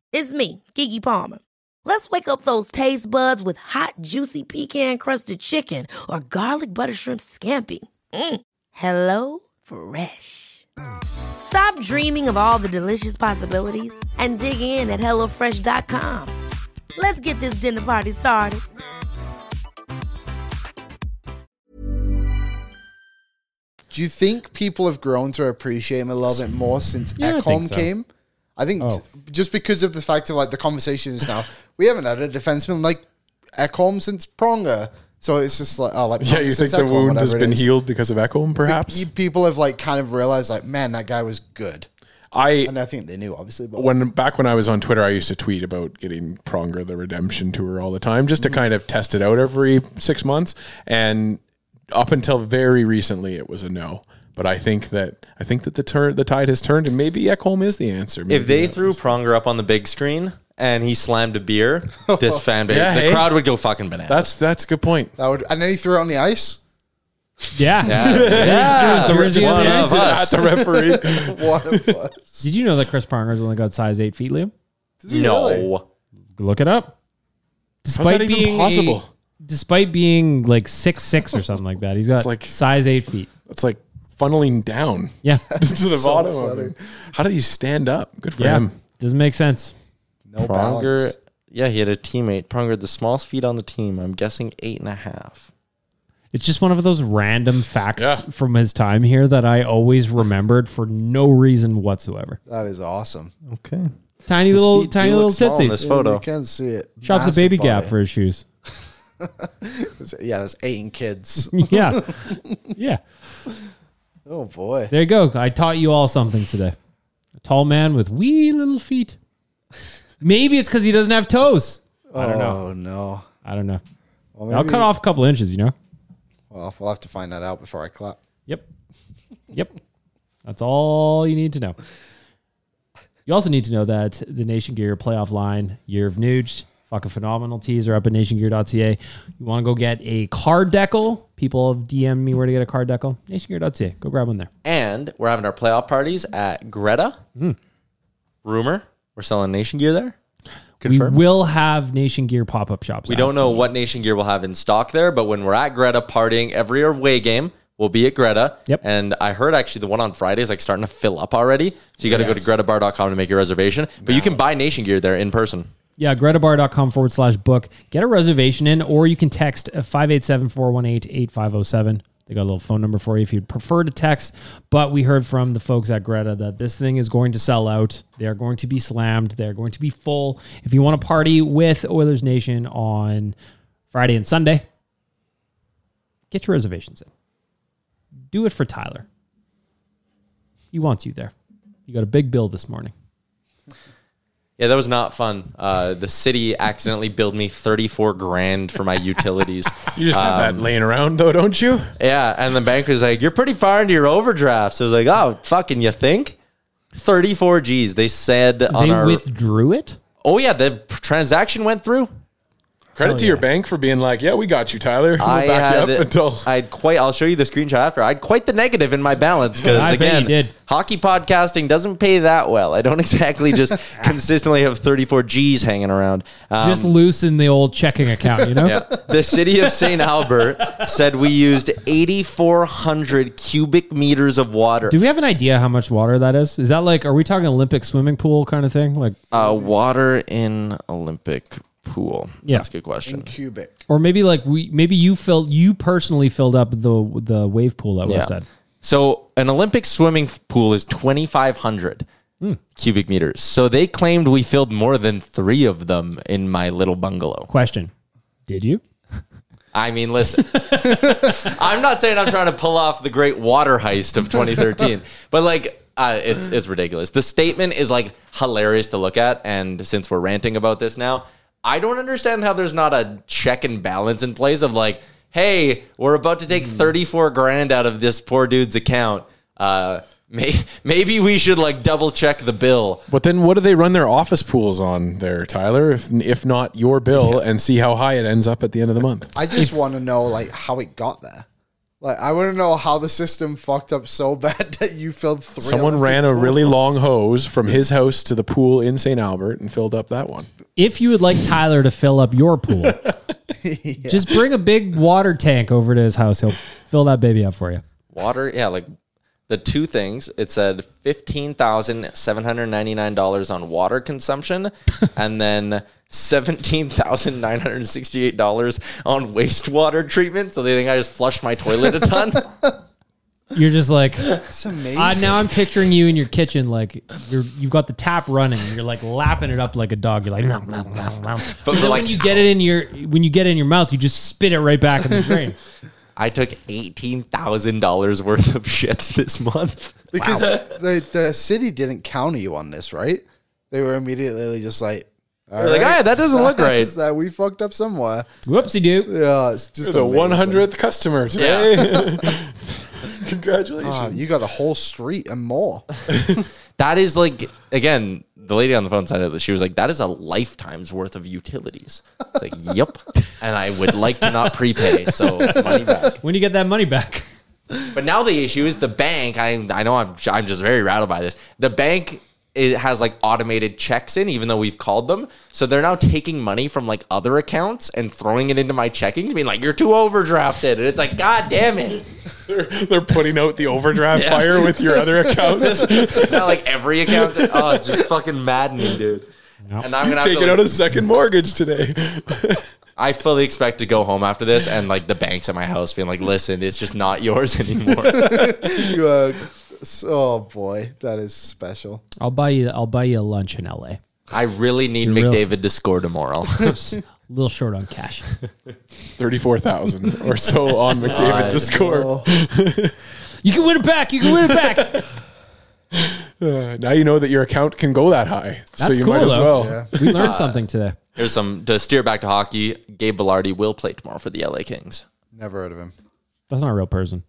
It's me, Gigi Palmer. Let's wake up those taste buds with hot, juicy pecan crusted chicken or garlic butter shrimp scampi. Mm. Hello Fresh. Stop dreaming of all the delicious possibilities and dig in at HelloFresh.com. Let's get this dinner party started.
Do you think people have grown to appreciate him a little bit more since
Yeah, I
Ekholm
think so.
came? I think
Oh.
just because of the fact of like the conversation is now we haven't had a defenseman like Ekholm since Pronger, so it's just like oh like
Yeah,
Pronger
you think
since
the
Ekholm,
wound has
whatever it
been
is.
healed because of Ekholm, perhaps?
Pe- People have like kind of realized like man that guy was good,
I
and I think they knew obviously, but
when back when I was on Twitter, I used to tweet about getting Pronger the Redemption Tour all the time, just to kind of test it out every six months. And up until very recently, it was a no. But I think that I think that the turn the tide has turned, and maybe Ekholm is the answer. Maybe
If they
that-
threw Pronger up on the big screen and he slammed a beer, this fan base,
Yeah,
the
hey.
crowd would go fucking bananas.
that's that's a good point.
that would and then he threw it on the ice.
Yeah.
yeah,
Threw his jersey on the
One
ice.
of us.
At the referee,
What a buzz.
Did you know that Chris Pronger's only got size eight feet, Liam?
no.
Look it up. Despite
that even
a-
possible?
despite being like six six or something like that, he's got
like-
like size eight feet.
it's like funneling down
Yeah,
to the
So
bottom. of
funny.
him. How did he stand up? Good for
yeah,
him.
doesn't make sense.
No
Pronger,
balance.
yeah, he had a teammate. Pronger, the smallest feet on the team. I'm guessing eight and a half.
It's just one of those random facts
Yeah.
from his time here that I always remembered for no reason whatsoever.
That is awesome.
Okay.
Tiny
His
little,
feet do
tiny
look
little
small in
tootsies.
This photo.
You can see it.
Shots a
Massive
baby
body.
gap for his shoes.
Yeah, there's eight in kids.
yeah, yeah.
oh boy.
There you go. I taught you all something today. A tall man with wee little feet. Maybe it's because he doesn't have toes.
I don't know. Oh no.
I don't know.
Well,
I'll cut off a couple inches, you know.
Well, we'll have to find that out before I clap.
Yep. Yep. That's all you need to know. You also need to know that the Nation Gear playoff line, year of Nuge, fucking phenomenal tees are up at nationgear.ca. You want to go get a card decal? People have DM'd me where to get a card decal. Nationgear.ca. Go grab one there.
And we're having our playoff parties at Greta. Rumor, we're selling Nation Gear there. Confirmed.
We will have Nation Gear pop up shops.
We
out.
don't know what Nation Gear will have in stock there, but when we're at Greta partying every away game, we'll be at Greta.
Yep.
And I heard actually the one on Friday is like starting to fill up already. So you got to go to gretabar.com to make your reservation. But you can buy Nation Gear there in person.
Yeah, gretabar.com forward slash book. Get a reservation in, or you can text uh, 587 418 8507. They got a little phone number for you if you'd prefer to text. But we heard from the folks at Greta that this thing is going to sell out. They are going to be slammed. They're going to be full. If you want to party with Oilers Nation on Friday and Sunday, get your reservations in. Do it for Tyler. He wants you there. You got a big bill this morning.
Yeah, that was not fun. Uh, the city accidentally billed me 34 grand for my utilities.
You just have that laying around though, don't you?
yeah. And the banker's like, you're pretty far into your overdraft. So I was like, oh, fucking, you think? 34 G's. They said on
they
our.
withdrew it?
oh, yeah, the transaction went through.
Credit to your bank for being like, yeah, we got you, Tyler. We'll
I
back
had,
you up until
I'd quite. I'll show you the screenshot after. I'd quite the negative in my balance
I
because
bet
again,
you did.
hockey podcasting doesn't pay that well. I don't exactly just consistently have 34 G's hanging around. Um,
just loosen the old checking account, you know?
the city of St. Albert said we used 8,400 cubic meters of water.
Do we have an idea how much water that is? Is that like, are we talking Olympic swimming pool kind of thing? Like,
uh, water in Olympic pool.
Yeah.
That's a good question.
Cubic.
or maybe like we, maybe you filled, you personally filled up the the wave pool at West End.
So an Olympic swimming f- pool is 2,500 cubic meters. So they claimed we filled more than three of them in my little bungalow.
Question: Did you?
I mean, listen, I'm not saying I'm trying to pull off the great water heist of 2013, but like, uh, it's it's ridiculous. The statement is like hilarious to look at, and since we're ranting about this now, I don't understand how there's not a check and balance in place of like, hey, we're about to take 34 grand out of this poor dude's account. Uh, may, maybe we should like double check the bill.
But then, what do they run their office pools on there, Tyler? If if not your bill, and see how high it ends up at the end of the month.
I just want to know like how it got there. Like I want to know how the system fucked up so bad that you filled three.
Someone
Olympic
ran a
pools.
really long hose from his house to the pool in St. Albert and filled up that one.
If you would like Tyler to fill up your pool, just bring a big water tank over to his house. He'll fill that baby up for you.
Water, yeah, like the two things. It said fifteen thousand seven hundred ninety nine dollars on water consumption, and then seventeen thousand nine hundred sixty eight dollars on wastewater treatment. So they think I just flushed my toilet a ton.
You're just like,
It's amazing.
I, now I'm picturing you in your kitchen, like you're you've got the tap running, and you're like lapping it up like a dog. You're like, nom, nom, nom, nom.
But
And then
we're like-
when you get it in your when you get it in your mouth, you just spit it right back in the drain.
I took eighteen thousand dollars worth of shits this month.
Because the, the city didn't counter you on this, right? They were immediately just like, all
"Oh,
They're like, "Ah, that doesn't look right."
Is that we fucked up somewhere.
Whoopsie doo.
Yeah, it's just
You're the
amazing. Ah,
one hundredth customer today. Congratulations.
Ah, you got the whole street and more.
That is like again, the lady on the phone said it. She was like, "That is a lifetime's worth of utilities." It's like, "Yep," and I would like to not prepay, so money back.
When do you get that money back?
But now the issue is the bank. I I know I'm I'm just very rattled by this. The bank it has like automated checks in, even though we've called them. So they're now taking money from like other accounts and throwing it into my checking, being like, "You're too overdrafted," and it's like, "God damn it!"
They're, they're putting out the overdraft fire with your other accounts.
Not like every account. Oh, it's just fucking maddening, dude. And I'm gonna have
Taking
to,
out
like,
a second mortgage today.
I fully expect to go home after this and like the banks at my house being like, listen, it's just not yours anymore.
You are, oh boy, that is special.
I'll buy you. I'll buy you a lunch in L.A.
I really need
You're real.
McDavid to score tomorrow.
Just a little short on cash.
Thirty-four thousand or so on McDavid to score.
You can win it back. You can win it back.
Uh, now you know that your account can go that high, so
That's
you
cool,
might as
though.
well.
We learned something today.
Here's some to steer back to hockey. Gabe Bellardi will play tomorrow for the LA Kings.
Never heard of him.
That's not a real person.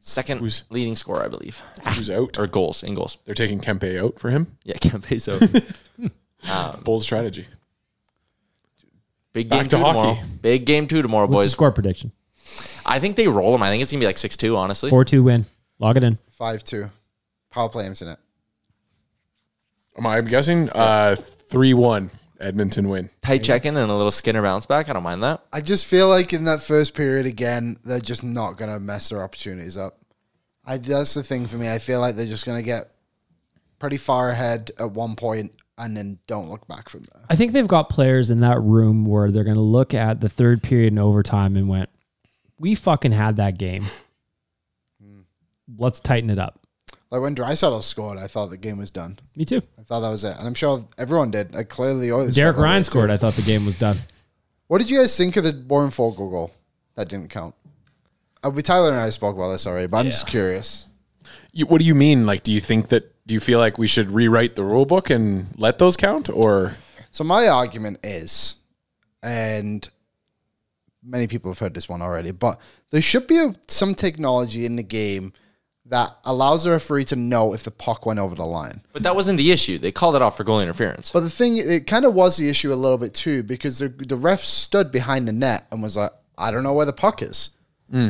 Second leading scorer, I believe,
Who's out?
or goals in goals.
Ah. They're taking Kempe out for him.
Yeah, Kempe's out.
Bold strategy.
Big
Back
game
to
two tomorrow.
hockey.
Big game two tomorrow,
What's the
boys.
score prediction?
I think they roll them. I think it's gonna be like six two. Honestly,
Four two win. Log it in.
Five two, power play in it.
Am I- I'm guessing uh, three-one Edmonton win.
tight check in and a little Skinner bounce back. I don't mind that.
I just feel like in that first period again, they're just not gonna mess their opportunities up. I that's the thing for me. I feel like they're just gonna get pretty far ahead at one point and then don't look back from there.
I think they've got players in that room where they're going to look at the third period and overtime and went, "We fucking had that game.
Hmm.
Let's tighten it up."
Like when Drysaddle scored, I thought the game was done.
Me too.
I thought that was it, and I'm sure everyone did. Like clearly, oh, the Oilers.
Derek
felt that way
Ryan
too.
scored. I thought the game was done.
What did you guys think of the Warren Fogle goal? That didn't count. Uh, we Tyler and I spoke about this already, but I'm just curious.
You, what do you mean? Like, do you think that? Do you feel like we should rewrite the rule book and let those count, or
So my argument is, and many people have heard this one already, but there should be a, some technology in the game that allows the referee to know if the puck went over the line.
But that wasn't the issue. They called it off for goal interference.
But the thing, it kind of was the issue a little bit too, because the, the ref stood behind the net and was like, I don't know where the puck is.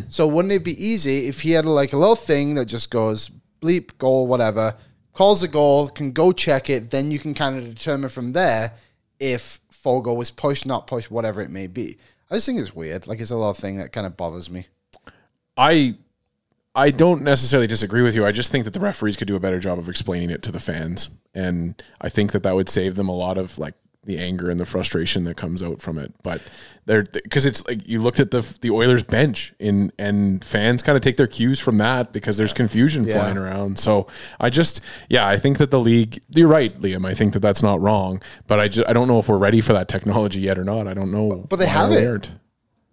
So wouldn't it be easy if he had like a little thing that just goes bleep, goal, whatever, calls a goal, can go check it, then you can kind of determine from there if Fogo was pushed, not pushed, whatever it may be. I just think it's weird. Like it's a little thing that kind of bothers me.
I I don't necessarily disagree with you. I just think that the referees could do a better job of explaining it to the fans, and I think that that would save them a lot of like the anger and the frustration that comes out from it. But they're because it's like you looked at the the Oilers bench in and fans kind of take their cues from that because there's confusion flying around. So I just yeah, I think that the league. You're right, Liam. I think that that's not wrong, but I just I don't know if we're ready for that technology yet or not. I don't know.
but they
why
have
we
it.
aren't.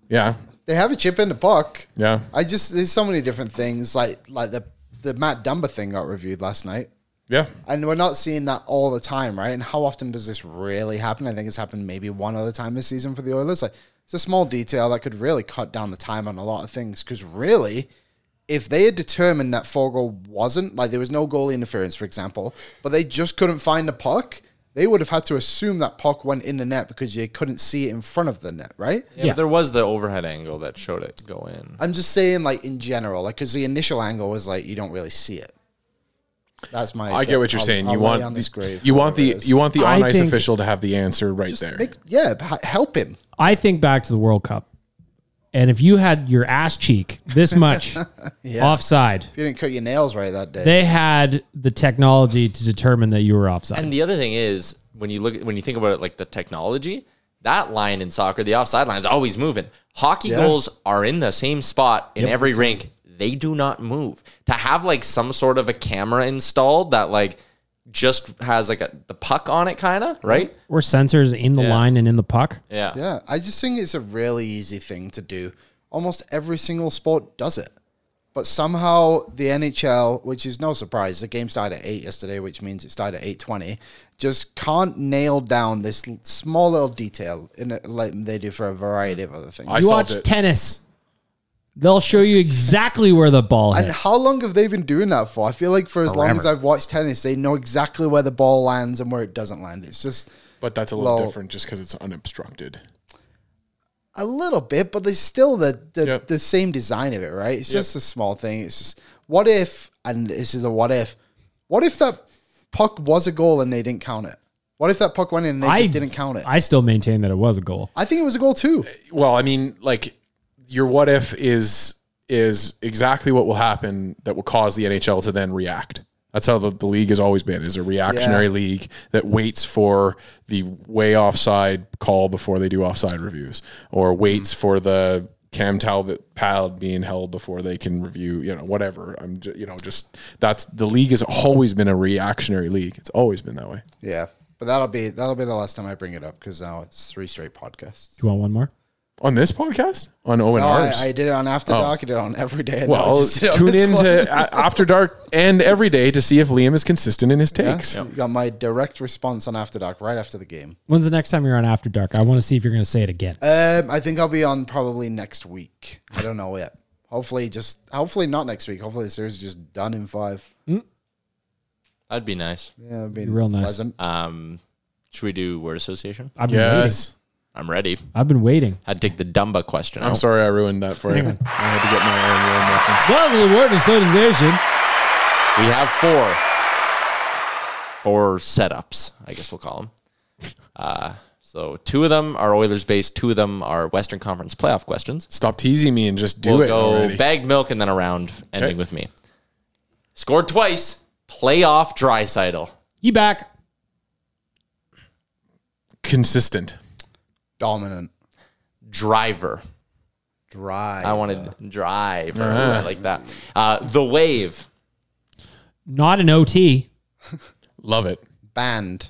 Yeah,
They have a chip in the puck.
yeah.
I just there's so many different things like like the the Matt Dumba thing got reviewed last night.
Yeah,
And we're not seeing that all the time, right? And how often does this really happen? I think it's happened maybe one other time this season for the Oilers. Like, it's a small detail that could really cut down the time on a lot of things. Because really, if they had determined that Fogo wasn't, like, there was no goalie interference, for example, but they just couldn't find the puck, they would have had to assume that puck went in the net because you couldn't see it in front of the net, right?
Yeah, But there was the overhead angle that showed it go in.
I'm just saying, like, in general, like, because the initial angle was like, you don't really see it. That's my.
I get what you're
I'll-
saying.
I'll
you
lay
want
on
the,
this grave,
you want
whatever
the
it is.
you want the
I
on ice
think-
official to have the answer right there.
Make- yeah, h- help him.
I think back to the World Cup, and if you had your ass cheek this much offside,
If you didn't cut your nails right that day.
they had the technology to determine that you were offside.
And the other thing is when you look when you think about it, like the technology, that line in soccer, the offside line is always moving. Hockey goals are in the same spot in every rink. they do not move. To have like some sort of a camera installed that like just has like a, the puck on it, kind of right?
Or sensors in the
Yeah.
line and in the puck.
Yeah.
Yeah. I just think it's a really easy thing to do. Almost every single sport does it. But somehow the NHL, which is no surprise, the game started at eight yesterday, which means it started at eight twenty. Just can't nail down this l- small little detail in it, like they do for a variety of other things.
I
you
solved
watch
it.
tennis. They'll show you exactly where the ball
and
hit.
how long have they been doing that for? I feel like for as long
Forever.
as I've watched tennis, they know exactly where the ball lands and where it doesn't land. It's just
But that's a little
Well-
different just because it's unobstructed.
A little bit, but there's still the the,
Yep.
the same design of it, right? It's
Yep.
just a small thing. It's just what if, and this is a what if. What if that puck was a goal and they didn't count it? What if that puck went in and they just didn't count it? I,
I still maintain that it was a goal.
think it was a goal too.
Well, I mean, like your what if is is exactly what will happen that will cause the NHL to then react. That's how the, the league has always been is a reactionary league that waits for the way offside call before they do offside reviews or
Mm-hmm.
waits for the Cam Talbot pad being held before they can review, you know, whatever. I'm just, you know, just that's the league has always been a reactionary league. It's always been that way.
Yeah, but that'll be that'll be the last time I bring it up because now it's three straight podcasts.
Do you want one more?
On this podcast? On O and
No, I,
R's?
I did it on After Dark. I did it on every day. and now I
Oh. Well,
just did it on
tune
this
in
one.
to A- After Dark and every day to see if Liam is consistent in his takes.
You got my direct response on After Dark right after the game.
When's the next time you're on After Dark? I want to see if you're going to say it again.
Um, I think I'll be on probably next week. I don't know yet. Hopefully, just hopefully not next week. Hopefully, the series is just done in five.
That'd be nice.
Yeah, it'd be
Real nice.
pleasant.
Uh,
Um, should we do word association?
I've been waiting.
Yes.
I'm ready.
I've been waiting.
I'd take the Dumba question.
I'm
out.
sorry I ruined that for you. I
Hang on.
had to get my
Well,
own Liam reference.
the word association.
We have four, four setups. I guess we'll call them. Uh, so two of them are Oilers based. Two of them are Western Conference playoff questions.
Stop teasing me and just do
we'll
it
go
already.
bagged milk and then around, ending
Okay.
with me. Scored twice. Playoff Drysidle.
You back.
Consistent.
Dominant,
Driver.
dry.
I wanted driver.
Ah.
I like that. Uh, the wave.
Not an OT.
Love it.
band.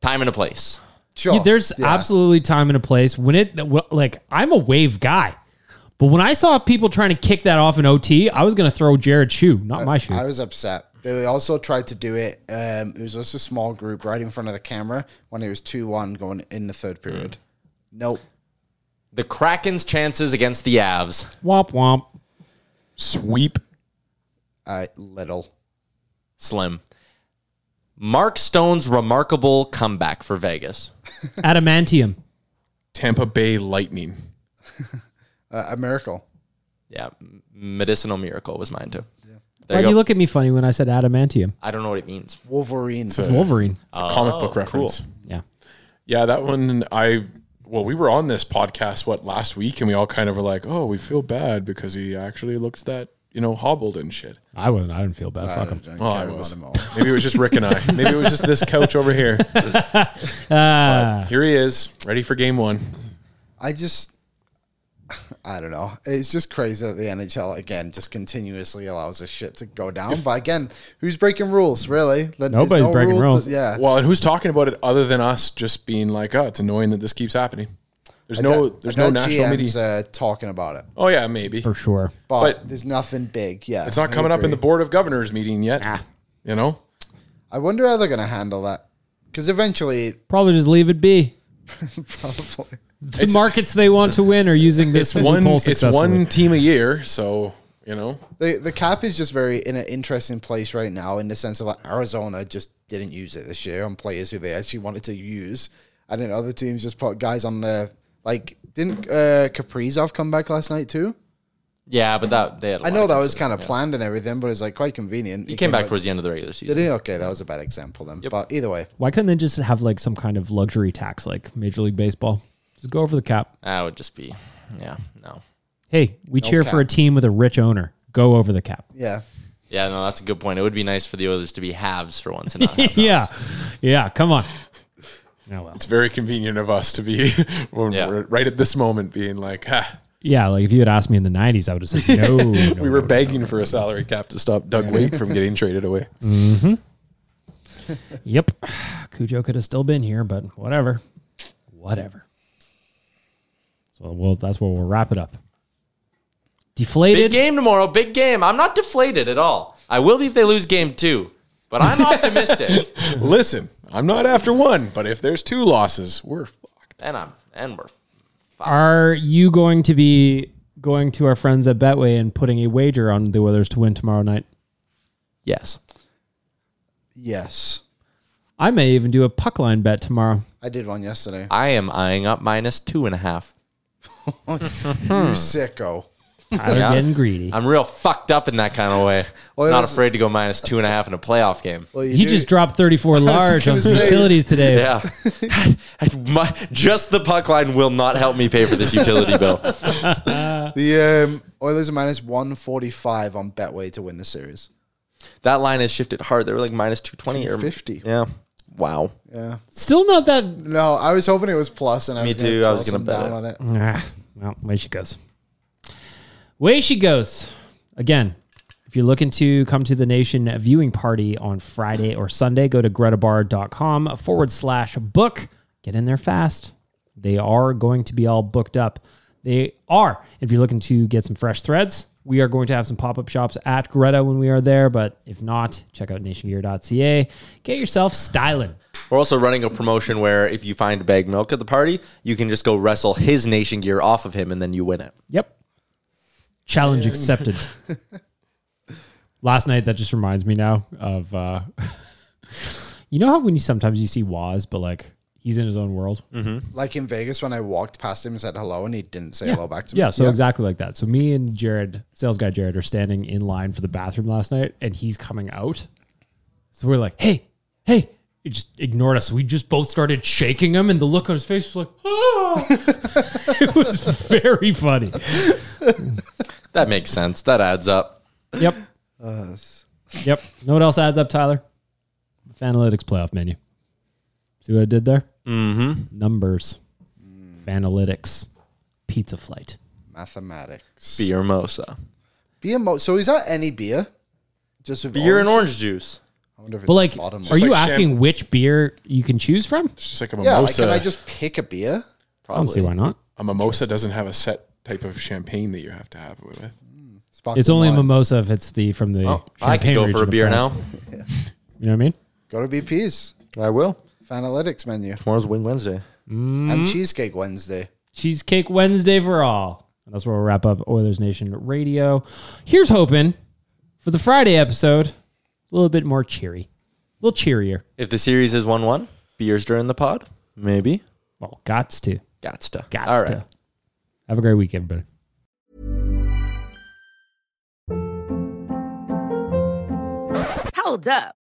Time and a place.
Sure.
Yeah, there's
Yeah.
absolutely time and a place when it like I'm a wave guy, but when I saw people trying to kick that off in OT, I was gonna throw Jared shoe, not my shoe.
I was upset. They also tried to do it. Um, it was just a small group right in front of the camera when it was two one going in the third
Mm.
period. Nope.
The Kraken's chances against the Avs.
womp womp.
Sweep.
Uh, little.
Slim. Mark Stone's remarkable comeback for Vegas.
Adamantium.
Tampa Bay Lightning.
Uh, a miracle.
Yeah, m- medicinal miracle was mine too. There
Why
you
do
go.
you look at me funny when I said adamantium?
I don't know what it means.
Wolverine.
a,
Wolverine.
it's a comic book reference.
Yeah.
Yeah, that one I well, we were on this podcast what last week and we all kind of were like, "Oh, we feel bad because he actually looked that, you know, hobbled and shit."
I wasn't. I didn't feel bad. Fuck him.
Don't
Oh,
care
I
about
was.
him all.
Maybe it was just Rick and I. Maybe it was just this couch over here. But here he is, ready for game one.
I just, I don't know. It's just crazy that the NHL again just continuously allows this shit to go down. but again, who's breaking rules? Really? Then there's
Nobody's breaking
to-
rules.
yeah.
Well, and who's talking about it other than us? Just being like, oh, it's annoying that this keeps happening. There's no,
I
there's no
know
national
GMs
media.
Uh, talking about it,
Oh yeah, maybe
For sure.
but,
But-
there's nothing big. Yeah,
it's not
I
coming up in
agree.
the board of governors meeting yet. You know,
I wonder how they're gonna handle that because eventually,
Probably just leave it be.
probably.
The markets they want to win are using this
it's one,
loophole
it's
successfully.
one team a year, so you know.
The, the cap is just very in an interesting place right now in the sense of like Arizona just didn't use it this year on players who they actually wanted to use, and then other teams just put guys on the like didn't uh, Kaprizov come back last night too?
Yeah, but that they had. a
I
lot
know
of
that
good-
was kind of planned and everything, but it's like quite convenient.
He came back towards the end of the regular
Did
season.
he? Okay, that was a bad example then. But either way,
Why couldn't they just have like some kind of luxury tax like Major League Baseball? Just go over the cap.
That would just be. Yeah, no.
Hey, we cheer for a team with a rich owner. Go over the cap.
yeah,
Yeah, no, that's a good point. It would be nice for the Oilers to be halves for once and not. have
yeah. Yeah. Come on. Oh, well.
It's very convenient of us to be we're
Yeah.
right at this moment being like, ah,
Yeah, like if you had asked me in the '90s, I would have said no. no.
we were begging for a salary cap to stop Doug Wade from getting traded away.
hmm Yep, Cujo could have still been here, but whatever, whatever. So well, that's where we'll wrap it up.
Big
Deflated.
game tomorrow. Big game. I'm not deflated at all. I will be if they lose game two, but I'm optimistic.
Listen, I'm not after one, but if there's two losses, we're
and I'm and we're
Are you going to be going to our friends at Betway and putting a wager on the Weathers to win tomorrow night?
yes.
Yes.
I may even do a puck line bet tomorrow.
I did one yesterday.
I am eyeing up minus two and a half. Uh.
You sicko.
Tyler
Yeah.
getting greedy.
I'm real fucked up in that kind of way.
Well,
not
that's-
afraid to go minus two and a half in a playoff game.
Well, you
he
do-
just dropped 34 large on
gonna
some
say-
utilities today.
Yeah, My- just the puck line will not help me pay for this utility bill.
the um, Oilers are minus one forty five on Betway to win the series.
That line has shifted hard. They were like minus two twenty or
250.
Yeah. Wow.
Still not that.
No, I was hoping it was plus, and I
Me
was gonna
too, I
throw
was
some
gonna bet
down
it.
on it.
Ah, well, way she goes. Way she goes. Again, if you're looking to come to the Nation viewing party on Friday or Sunday, go to gretabar.com forward slash book. Get in there fast. They are going to be all booked up. They are. If you're looking to get some fresh threads, we are going to have some pop up shops at Greta when we are there. But if not, check out nationgear.ca. Get yourself styling.
We're also running a promotion where if you find bag milk at the party, you can just go wrestle his nation gear off of him and then you win it.
Yep. Challenge accepted. Last night, that just reminds me now of, uh, you know how when you sometimes you see Waz, but like he's in his own world.
Like in Vegas, when I walked past him and said hello, and he didn't say hello back to me.
Yeah, so exactly like that. So me and Jared, sales guy Jared, are standing in line for the bathroom last night, and he's coming out. So we're like, "Hey, hey!" He just ignored us. We just both started shaking him, and the look on his face was like, "Ah!" it was very funny.
That makes sense. That adds up.
Yep. yep. Know what else adds up, Tyler? Fanalytics playoff menu. See what I did there? Mm-hmm. Numbers. Fanalytics. Pizza flight.
mathematics.
Beer mosa.
Beer mo- so is that any beer? Just with
Beer and orange juice.
I wonder if it's
But like, are
bottomless.
you
like
asking which beer you can choose from?
it's just like a
yeah,
mimosa.
like, can I just pick a beer?
I don't see
Probably.
why not.
a mimosa doesn't have a set type of champagne that you have to have it with.
Sparkling
It's only a
wine.
mimosa if it's the from the.
Oh, I could
Champagne
go for
region
a
of
beer now.
France. You know what I mean?
Gotta be peas.
I will.
Fanalytics menu
Tomorrow's Wing Wednesday.
and
Mm-hmm.
cheesecake Wednesday.
Cheesecake Wednesday for all. And that's where we'll wrap up Oilers Nation Radio. Here's hoping for the Friday episode, a little bit more cheery, a little cheerier.
If the series is 1 1, beers during the pod? Maybe.
Well, gots to.
Gotsta.
Gots
All right.
to. Have a great week, everybody.
Hold up.